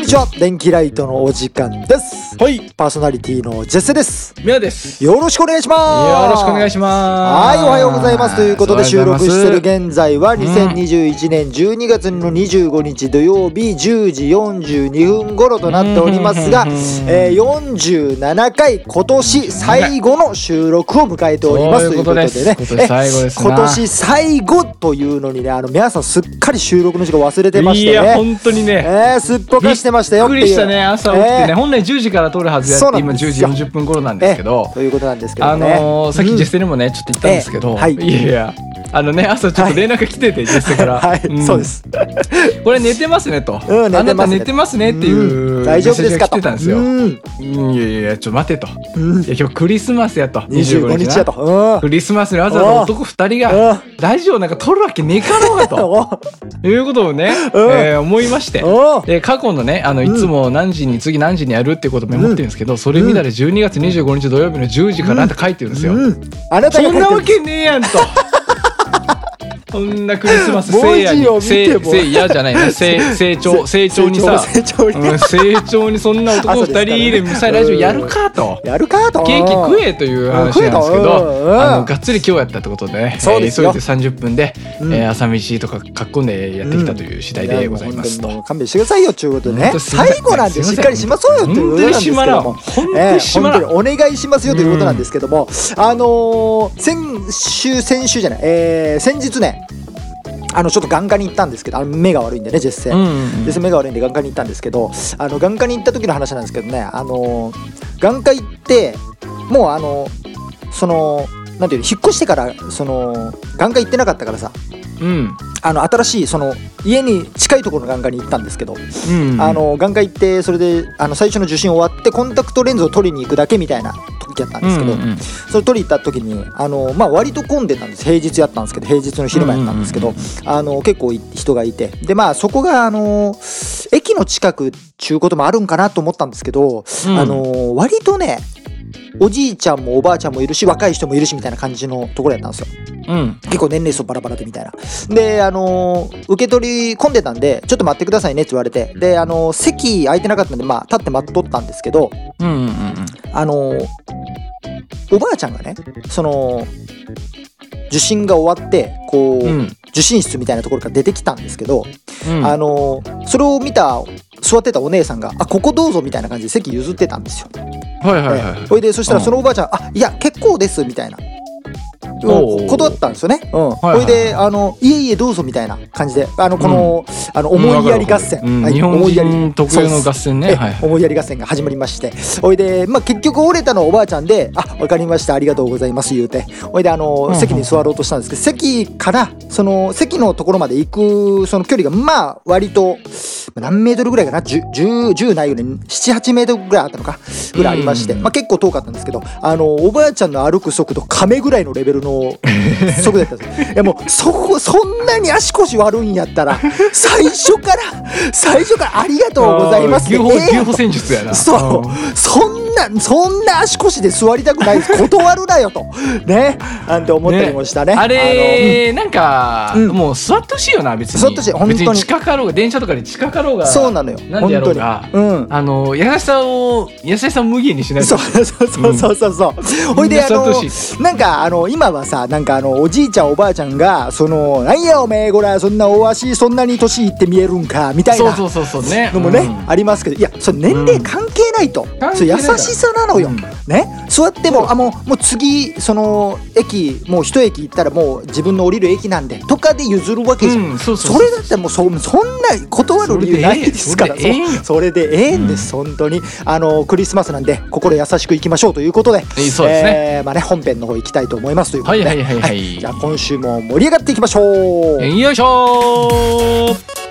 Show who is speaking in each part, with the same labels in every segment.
Speaker 1: にちは電気ライトのお時間です
Speaker 2: はい、ミ
Speaker 1: パーソナリティのジェセです
Speaker 2: ヤです。
Speaker 1: よろしくお願いします
Speaker 2: よろしくお願いします。
Speaker 1: はいおはようございますということで
Speaker 2: おはよ
Speaker 1: 収
Speaker 2: うご
Speaker 1: 録
Speaker 2: ざいます
Speaker 1: してる現在は2021年12月の25日土曜日10時42分頃となっておりますが
Speaker 2: うん
Speaker 1: えー47回今年最後の収録を迎えております
Speaker 2: そ
Speaker 1: という
Speaker 2: うい
Speaker 1: うこ
Speaker 2: こ
Speaker 1: と
Speaker 2: と
Speaker 1: で
Speaker 2: です
Speaker 1: ね
Speaker 2: 今年最後ですな
Speaker 1: 今年最後というのにねあの皆さんすっかり収録の時間忘れてまし
Speaker 2: い
Speaker 1: てね
Speaker 2: や、本当にね。
Speaker 1: えー、すっぽかしてましたよって
Speaker 2: び
Speaker 1: い
Speaker 2: っ
Speaker 1: う。
Speaker 2: くりしたね、朝起きて
Speaker 1: え
Speaker 2: ね。
Speaker 1: ー
Speaker 2: 本来10時から撮るはずや
Speaker 1: そう
Speaker 2: っ
Speaker 1: な
Speaker 2: て、
Speaker 1: ん
Speaker 2: 今
Speaker 1: です
Speaker 2: 10
Speaker 1: よ
Speaker 2: 時40分頃なんですけど。
Speaker 1: ということなんですけど
Speaker 2: あ
Speaker 1: ね。
Speaker 2: のー、さっ
Speaker 1: う
Speaker 2: き
Speaker 1: ん
Speaker 2: ジェステにもね、ちょっと言ったんですけ
Speaker 1: ええ
Speaker 2: ど、
Speaker 1: はい
Speaker 2: いやいや、あのね、朝ちょっと連絡が来てて、ジェステから。
Speaker 1: はい、
Speaker 2: ん
Speaker 1: そうで。す。
Speaker 2: これ寝てますねと。
Speaker 1: うん寝てますね
Speaker 2: あなた寝てますねっていう、
Speaker 1: ん大丈夫ですか
Speaker 2: メッセージが来てたんですよ。
Speaker 1: うん
Speaker 2: うんいやいや、ちょっと待てと。
Speaker 1: うん
Speaker 2: いや、今日クリスマスやと。
Speaker 1: 25
Speaker 2: 25
Speaker 1: 日
Speaker 2: 日
Speaker 1: だ
Speaker 2: だ
Speaker 1: と。
Speaker 2: と。
Speaker 1: う
Speaker 2: クリスマスにわざわざ男二人
Speaker 1: ん。
Speaker 2: が、ラジオなんか撮るわけねえかろう がと。いうことをね、
Speaker 1: うん
Speaker 2: えー思いまして。
Speaker 1: お
Speaker 2: で過去のねあのいつも何時に次何時にやるっていうことをメモってるんですけど、それ見たら12月25日土曜日の10時からって書いてるんですよ、
Speaker 1: うん。あなたが書
Speaker 2: そ
Speaker 1: い
Speaker 2: ん
Speaker 1: てる
Speaker 2: なわけねえや んとそんなクリスマス
Speaker 1: 文
Speaker 2: せいや
Speaker 1: 字を
Speaker 2: に
Speaker 1: 見
Speaker 2: せ
Speaker 1: て
Speaker 2: い
Speaker 1: も
Speaker 2: せいやじ ゃないねせい成長成長にさ
Speaker 1: 成長に
Speaker 2: うん成長にそんな
Speaker 1: あそ
Speaker 2: 男
Speaker 1: うです
Speaker 2: 2
Speaker 1: か
Speaker 2: 人
Speaker 1: ね
Speaker 2: でミサイラジオやるかと。
Speaker 1: やるかと。
Speaker 2: ケーキ食えという話なんですけ
Speaker 1: うん食えとうん
Speaker 2: ど、あのがっつり今日やったってことでね、
Speaker 1: そうですよ
Speaker 2: えー急いで30分で、
Speaker 1: うん
Speaker 2: えー朝飯とかかっこんでやってきたという次第でございますと。
Speaker 1: やもう本当にもう勘弁してくださいよっていうことでね
Speaker 2: 本当すいません
Speaker 1: 最後なんです
Speaker 2: いま
Speaker 1: し
Speaker 2: せ
Speaker 1: っ
Speaker 2: ん
Speaker 1: かりしましょうよっていうことなんですけども
Speaker 2: 本当に しまらん
Speaker 1: ええ本当にお願いしますよということなんですけどもあのー先週先週じゃないえー先日ねあのちょっと眼科に行ったんですけどあの目が悪いんでね実際
Speaker 2: うんうんうん
Speaker 1: です目が悪いんで眼科に行ったんですけどあの眼科に行った時の話なんですけどねあのー眼科行ってもうあのそのなんていうの引っ越してからその眼科行ってなかったからさ
Speaker 2: うん
Speaker 1: あの新しいその家に近いところの眼科に行ったんですけど、
Speaker 2: うん
Speaker 1: あの眼科行ってそれであの最初の受診終わってコンタクトレンズを取りに行くだけみたいな時やったんですけど、
Speaker 2: うんうんうん
Speaker 1: それ取り行った時にあの、まあ、割と混んでたんです平日やったんですけど平日の昼間やったんですけど、
Speaker 2: うんうん
Speaker 1: あの結構い人がいてでまあそこがあの駅の近くっちゅうこともあるんかなと思ったんですけど、
Speaker 2: うん
Speaker 1: あの割とねおじいちゃんもおばあちゃんもいるし若い人もいるしみたいな感じのところやったんですよ。
Speaker 2: うん
Speaker 1: 結構年齢層バラバラでみたいな。で、あのー受け取り込んでたんで、ちょっと待ってくださいねって言われて、で、あのー席空いてなかったんで、まあ、立って待っとったんですけど、
Speaker 2: うんうんうん
Speaker 1: あのーおばあちゃんがね、その、受診が終わって、こう、
Speaker 2: うんうん
Speaker 1: 受診室みたいなところから出てきたんですけど、
Speaker 2: うん
Speaker 1: あのーそれを見た、座ってたお姉さんが、あ、ここどうぞみたいな感じで席譲ってたんですよ。
Speaker 2: はいはいはい
Speaker 1: ええほいでそしたらそのおばあちゃん「あいや結構です」みたいな。
Speaker 2: お
Speaker 1: うん
Speaker 2: う
Speaker 1: 断ったんですよね、うん
Speaker 2: いはい
Speaker 1: ほいであの「いえいえどうぞ」みたいな感じであのこの,、あの思いやり合戦、
Speaker 2: うん
Speaker 1: はい
Speaker 2: 日
Speaker 1: 思
Speaker 2: 本
Speaker 1: いやり
Speaker 2: 人特有の合戦
Speaker 1: え
Speaker 2: ね
Speaker 1: え
Speaker 2: はいはい
Speaker 1: 思いやり合戦が始まりましてほいで、まあ、結局折れたのはおばあちゃんで「あわかりましたありがとうございます」言うてほいであの、
Speaker 2: うんうん
Speaker 1: 席に座ろうとしたんですけど席からその席のところまで行くその距離がまあ割と何メートルぐらいかな 10, 10, 10ないよね78メートルぐらいあったのかぐらいありまして、
Speaker 2: うん
Speaker 1: まあ、結構遠かったんですけどあのおばあちゃんの歩く速度亀ぐらいのレベル の速度だったんですよいやもうそこそんなに足腰悪いんやったら最初から最初から「ありがとうございます」
Speaker 2: あー牛歩
Speaker 1: ええやんと
Speaker 2: 牛歩戦術やな
Speaker 1: そう、そんなそんな足腰で座りたくないです断るなよとねなんて思ったりもしたね
Speaker 2: あ
Speaker 1: あの
Speaker 2: れなんか、
Speaker 1: うん
Speaker 2: もう座ってほしいよな別に
Speaker 1: 座ってほしい本当に
Speaker 2: 別に近かろうが電車とかで近かろう
Speaker 1: う
Speaker 2: が
Speaker 1: んそうなのよ
Speaker 2: なんでやろうが
Speaker 1: 本当にうん
Speaker 2: あの優しさを優しさを無限にしない
Speaker 1: そ
Speaker 2: と
Speaker 1: うそうそうそうそうそう、ほいであ
Speaker 2: みんな座って
Speaker 1: の
Speaker 2: ほし
Speaker 1: なんかあの今はさなんかあのおじいちゃんおばあちゃんがそのなんやおめえこらそんなお足そんなに年いって見えるんかみたい
Speaker 2: そう
Speaker 1: な
Speaker 2: そうそうそうね
Speaker 1: のもね、
Speaker 2: うん
Speaker 1: ありますけどいやそれ年齢関係ないと、
Speaker 2: 関
Speaker 1: そ
Speaker 2: 係
Speaker 1: れ優
Speaker 2: ない
Speaker 1: し
Speaker 2: から
Speaker 1: さなのよ、
Speaker 2: うん
Speaker 1: ね座ってもあもうもう次その駅もう一駅行ったらもう自分の降りる駅なんでとかで譲るわけじゃん、
Speaker 2: うんそうそう
Speaker 1: それだってもうそそんな断る理由ないですから
Speaker 2: それでええよ
Speaker 1: それでええんです、本当にあのクリスマスなんで心優しくいきましょうということで
Speaker 2: いいそうですね
Speaker 1: えーまあね、本編の方行きたいと思いますということで、
Speaker 2: はいはいはいはい
Speaker 1: じゃあ今週も盛り上がっていきましょう、
Speaker 2: よいしょー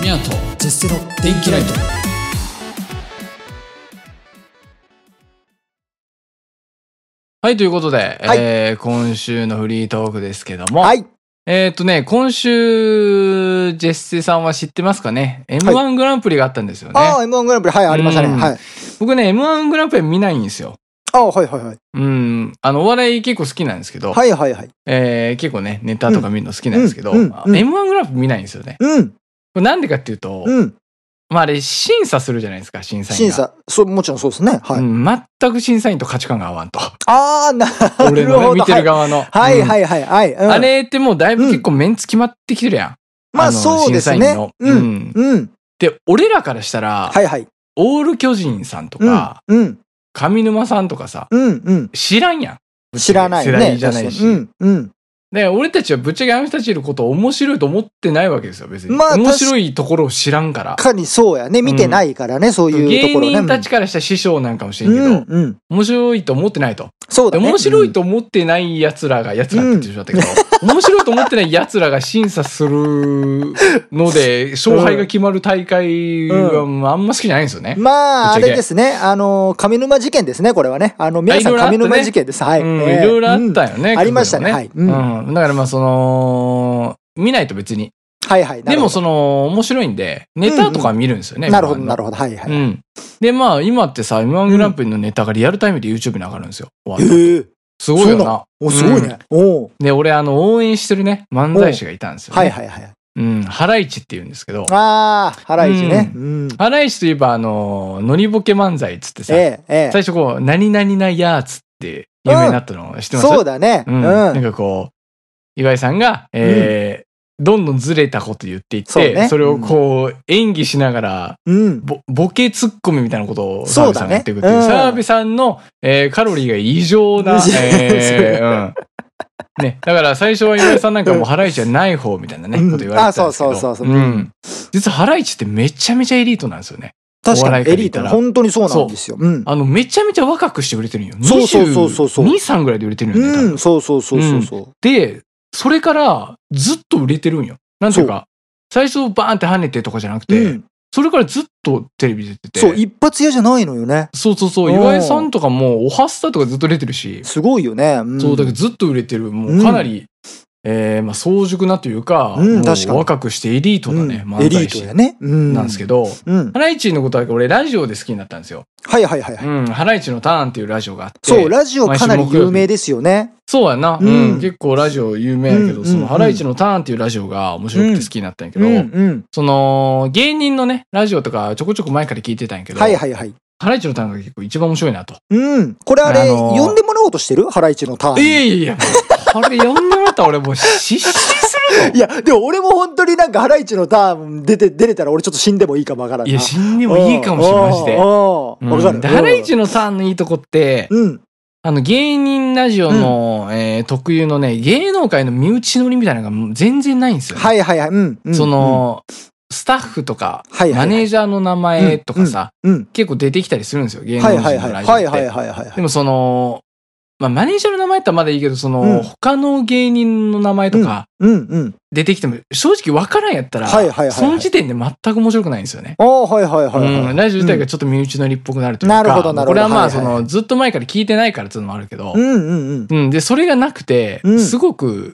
Speaker 3: ミとジェステロ電気ライト
Speaker 2: はいということで、
Speaker 1: はい
Speaker 2: えー今週のフリートークですけども、
Speaker 1: はい
Speaker 2: えーっとね、今週、ジェッセさんは知ってますかね ?M1 グランプリがあったんですよね。
Speaker 1: ああ、M1 グランプリ、はい、ありましたね。
Speaker 2: うん
Speaker 1: はい。
Speaker 2: 僕ね、M1 グランプリ見ないんですよ。
Speaker 1: ああ、はいはいはい。
Speaker 2: うん。あの、お笑い結構好きなんですけど、
Speaker 1: はいはいはい。
Speaker 2: えー結構ね、ネタとか見るの好きなんですけど、
Speaker 1: うんうんうん
Speaker 2: あ M1 グランプリ見ないんですよね。
Speaker 1: うん、
Speaker 2: これなんでかっていうと、
Speaker 1: うん。
Speaker 2: まああれ、審査するじゃないですか、審査員
Speaker 1: 審
Speaker 2: が。
Speaker 1: 査、そう、もちろんそうですね。はい。
Speaker 2: うん全く審査員と価値観が合わんと。
Speaker 1: ああ、な
Speaker 2: 俺
Speaker 1: る
Speaker 2: の、
Speaker 1: ほ
Speaker 2: ね、
Speaker 1: ど。
Speaker 2: 見てる側の。
Speaker 1: はいは
Speaker 2: うん
Speaker 1: いはいはい。うん
Speaker 2: あれってもうだいぶ結構メンツ決まってきてるやん。
Speaker 1: まあ
Speaker 2: の
Speaker 1: そうです
Speaker 2: 審査
Speaker 1: ね
Speaker 2: 員の。う
Speaker 1: うん。
Speaker 2: ん。
Speaker 1: うん。
Speaker 2: で、俺らからしたら、
Speaker 1: はいはい。
Speaker 2: オール巨人さんと
Speaker 1: うん
Speaker 2: か、。
Speaker 1: うん。
Speaker 2: 上沼さんとかさ、
Speaker 1: うん。うん。
Speaker 2: 知らんやん。
Speaker 1: 知らない
Speaker 2: 世
Speaker 1: よ
Speaker 2: 代
Speaker 1: ね。
Speaker 2: じゃないし。
Speaker 1: 確かにうん。
Speaker 2: で、俺たちはぶっちゃけあの人たちのことを面白いと思ってないわけですよ、別に。
Speaker 1: まあ
Speaker 2: 面白いところを知らんから。
Speaker 1: かにそうやね。見てないからね、そういうと
Speaker 2: 芸
Speaker 1: ころね。
Speaker 2: 人たちからしたら師匠なんかもしれん
Speaker 1: う
Speaker 2: けど、
Speaker 1: ん。うん。
Speaker 2: 面白いと思ってないと。
Speaker 1: そう
Speaker 2: で
Speaker 1: だね。
Speaker 2: 面白いと思ってない奴らが、奴らって言ってしまったけど、 面白いと思ってない奴らが審査するので、勝敗が決まる大会はあんま好きじゃないんですよね。
Speaker 1: うん。まあ、あ
Speaker 2: ぶっちゃけ
Speaker 1: れですね。あの、上沼事件ですね、これはね。あの、皆さん
Speaker 2: いろいろあった
Speaker 1: 上
Speaker 2: ね
Speaker 1: 沼事件です。はい。
Speaker 2: うん
Speaker 1: ええ
Speaker 2: いろいろあったよね。
Speaker 1: うんありましたね。
Speaker 2: 過去
Speaker 1: は
Speaker 2: に
Speaker 1: い。うん。
Speaker 2: もねうん。だからまあその、見ないと別に。
Speaker 1: はいはい。
Speaker 2: でもそ
Speaker 1: の、
Speaker 2: の、面白いんで、ネタとか見るんですよね。
Speaker 1: なるほど、な
Speaker 2: る
Speaker 1: るほど。はいは
Speaker 2: う
Speaker 1: い。
Speaker 2: ん。で、まあ今ってさ、M1 グランプリのネタがリアルタイムで YouTube に上がるんですよ。終わった
Speaker 1: ええ。
Speaker 2: すごいよ
Speaker 1: そうな
Speaker 2: な。
Speaker 1: お、すごいね。おう
Speaker 2: で、俺あの、応援してるね、漫才師がいたんですよね。
Speaker 1: はいはいはい。
Speaker 2: うん、ハライチって言うんですけど、
Speaker 1: ああ、原市ね。うん。
Speaker 2: ハライチといえば、あの、ノリボケ漫才っつってさ、
Speaker 1: ええ、ええ。
Speaker 2: 最初こう、何々なやーつって有名になったの知ってます
Speaker 1: そうだね。う
Speaker 2: うん、
Speaker 1: ん。
Speaker 2: なんかこう、岩井さんが、えーどんどんずれたこと言っていって、そ,、
Speaker 1: そうね
Speaker 2: れをこう、演技しながら、
Speaker 1: うん。
Speaker 2: ぼボケツッコミみたいなことを
Speaker 1: そう
Speaker 2: 澤部さ
Speaker 1: だ
Speaker 2: んが
Speaker 1: ね
Speaker 2: やっていくっていう、
Speaker 1: うん
Speaker 2: 澤部さんの、えーカロリーが異常 な、えーうんね、だから最初は岩井さんなんかもうハライチはない方みたいなね、
Speaker 1: うん
Speaker 2: こと言われてたんですけど、、
Speaker 1: あそうそうそうそうん
Speaker 2: 実はハライチってめちゃめちゃエリートなんですよね。
Speaker 1: 確
Speaker 2: お
Speaker 1: か
Speaker 2: 笑い
Speaker 1: に
Speaker 2: から
Speaker 1: エ
Speaker 2: 言
Speaker 1: リ
Speaker 2: っ
Speaker 1: ー
Speaker 2: た
Speaker 1: ト
Speaker 2: ら
Speaker 1: な本当にそうなんですよ。うん。
Speaker 2: あの、めちゃめちゃ若くして売れてるんよ。
Speaker 1: そうそうそうそうそう
Speaker 2: 22、3ぐらいで売れてるんよね、多分
Speaker 1: うん、そうそうそうそうそう。
Speaker 2: で、それからずっと売れてるんよ。なんていうか、最初バーンって跳ねてとかじゃなくて、
Speaker 1: うん、
Speaker 2: それからずっとテレビ出てて。
Speaker 1: そう、一発屋じゃないのよね。
Speaker 2: そうそうそう
Speaker 1: うん
Speaker 2: 岩井さんとかも、おはスタとかずっと出てるし、
Speaker 1: すごいよね。うん、
Speaker 2: そう、だけどずっと売れてる、もうかなり、えーまあ、早熟なというか、
Speaker 1: うん
Speaker 2: もう
Speaker 1: 確かに
Speaker 2: 若くしてエリートなね、
Speaker 1: うん
Speaker 2: 漫
Speaker 1: エリ
Speaker 2: 才
Speaker 1: ート
Speaker 2: 師
Speaker 1: やね。うん。
Speaker 2: なんですけ
Speaker 1: ど。
Speaker 2: ど、
Speaker 1: うん
Speaker 2: ハ。ライチのことは俺ラジオで好きになったんですよ。
Speaker 1: はいはいはいはい。
Speaker 2: うん、ハライチのターンっていうラジオがあって。
Speaker 1: そう、ラジオかなり有名ですよね。
Speaker 2: そうやな、う
Speaker 1: うんん
Speaker 2: 結構ラジオ有名やけど、
Speaker 1: うんうん
Speaker 2: そのハライチのターンっていうラジオが面白くて好きになったんやけ
Speaker 1: う
Speaker 2: ど、
Speaker 1: んうん。
Speaker 2: その芸人のねラジオとかちょこちょこ前から聞いてたんやけど、
Speaker 1: はいはいはい。
Speaker 2: ハライチのターンが結構一番面白いなと。
Speaker 1: うん。これあれ、
Speaker 2: あのー
Speaker 1: 呼んでもらおうとしてるハライチのターン
Speaker 2: い
Speaker 1: に。
Speaker 2: やいやいや、あれ呼んでもらったら俺もう失神する
Speaker 1: いや、でも俺も本当になんかハライチのターン出て、出れたら俺ちょっと死んでもいいかもわからんな。
Speaker 2: と。いや、死んでもいいかもしれない、マジで。
Speaker 1: わ
Speaker 2: うん
Speaker 1: かる。
Speaker 2: でハライチのターンのいいとこって、
Speaker 1: うん。
Speaker 2: あの芸人ラジオの、えー特有のね、芸能界の身内乗りみたいなのが全然ないんですよね、
Speaker 1: はいはいはい。うん。うん
Speaker 2: そ、の、スタッフとか、
Speaker 1: うんはいは
Speaker 2: マ
Speaker 1: い。
Speaker 2: ネージャーの名前とかさ、
Speaker 1: うん。
Speaker 2: 結構出てきたりするんですよ、芸能
Speaker 1: はい
Speaker 2: 人
Speaker 1: はいはい。
Speaker 2: のラジオ
Speaker 1: はいはい
Speaker 2: って。
Speaker 1: はいはい
Speaker 2: で。もその、まあ、マネージャーの名前やったらまだいいけど、その、
Speaker 1: うん
Speaker 2: 他の芸人の名前とか
Speaker 1: うんうん。
Speaker 2: 出てきても、正直わからんやったら、
Speaker 1: はいはいはいはい
Speaker 2: その時点で全く面白くないんですよね。
Speaker 1: ああ、はいはいはいは
Speaker 2: う
Speaker 1: い。
Speaker 2: ん、ラジオ自体がちょっと身内乗りっぽくなるという
Speaker 1: な
Speaker 2: か、
Speaker 1: るほどなるほど
Speaker 2: これはまあ、
Speaker 1: はい
Speaker 2: そ
Speaker 1: はいはい
Speaker 2: の、ずっと前から聞いてないからっていうのもあるけど、
Speaker 1: うんうんうん。
Speaker 2: うん、で、それがなくて
Speaker 1: う、ん
Speaker 2: すごく、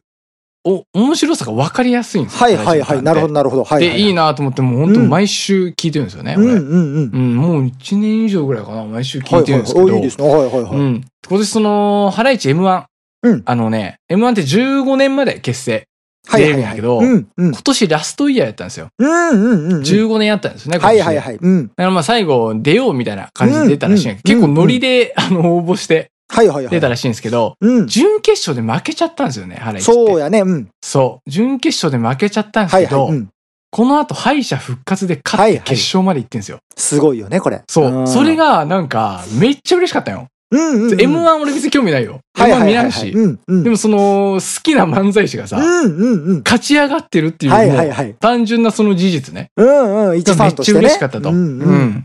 Speaker 2: お、面白さが分かりやすいんですよ。
Speaker 1: はいはいはい。なるほど
Speaker 2: ど。
Speaker 1: なるほど。はいは
Speaker 2: で、いい
Speaker 1: な。
Speaker 2: なと思って、もう本当
Speaker 1: うん
Speaker 2: 毎週聞いてるんですよね、
Speaker 1: うん
Speaker 2: 俺
Speaker 1: うんうん。
Speaker 2: うん、もう1年以上ぐらいかな、毎週聞
Speaker 1: はいい
Speaker 2: て
Speaker 1: は
Speaker 2: るん
Speaker 1: い
Speaker 2: ですけど。
Speaker 1: はい。いいですね。はいはいは
Speaker 2: う
Speaker 1: い。
Speaker 2: ん。今年その、ハライチ M1。
Speaker 1: うん
Speaker 2: あのね、M1 って15年まで結成。
Speaker 1: はいはい
Speaker 2: 出るんや
Speaker 1: は
Speaker 2: け
Speaker 1: い。
Speaker 2: ど
Speaker 1: うんうん。
Speaker 2: 今年ラストイヤーやったんですよ。
Speaker 1: うんうんうん。
Speaker 2: 15年やったんですね、今
Speaker 1: は
Speaker 2: 年
Speaker 1: い
Speaker 2: で
Speaker 1: はいはい。うん。
Speaker 2: だからまあ最後出ようみたいな感じで出たらしいんやけど、
Speaker 1: うん
Speaker 2: 結構ノリで、あの、応募して
Speaker 1: はいはいはい。
Speaker 2: 出たらしいんですけど、
Speaker 1: うん。
Speaker 2: 準決勝で負けちゃったんですよね、ハライチって。
Speaker 1: そうやね。うん。
Speaker 2: そう。準決勝で負けちゃったんです
Speaker 1: はい
Speaker 2: け
Speaker 1: は
Speaker 2: ど、
Speaker 1: い。うん。
Speaker 2: この後敗者復活で勝っ
Speaker 1: はい
Speaker 2: て
Speaker 1: はい
Speaker 2: 決勝まで行ってんですよ。
Speaker 1: すごいよね、これ。
Speaker 2: そう。それ
Speaker 1: が、
Speaker 2: がなんか、めっちゃ嬉しかったよ。
Speaker 1: うんうんうん。
Speaker 2: M1 俺別に興味ないよ。
Speaker 1: はいはい
Speaker 2: M1
Speaker 1: はい
Speaker 2: 見な
Speaker 1: はいい
Speaker 2: し。
Speaker 1: うんうん。
Speaker 2: でもその、好きな漫才師がさ、
Speaker 1: うんうんうん。
Speaker 2: 勝ち上がってるっていう、
Speaker 1: はいはい
Speaker 2: も
Speaker 1: はい。
Speaker 2: う単純なその事実ね。
Speaker 1: うんうん。一フ
Speaker 2: め
Speaker 1: ァ
Speaker 2: っ
Speaker 1: ンと
Speaker 2: ち
Speaker 1: し
Speaker 2: ゃ
Speaker 1: てね。
Speaker 2: 嬉しかったと。
Speaker 1: うん
Speaker 2: う
Speaker 1: うん。
Speaker 2: ん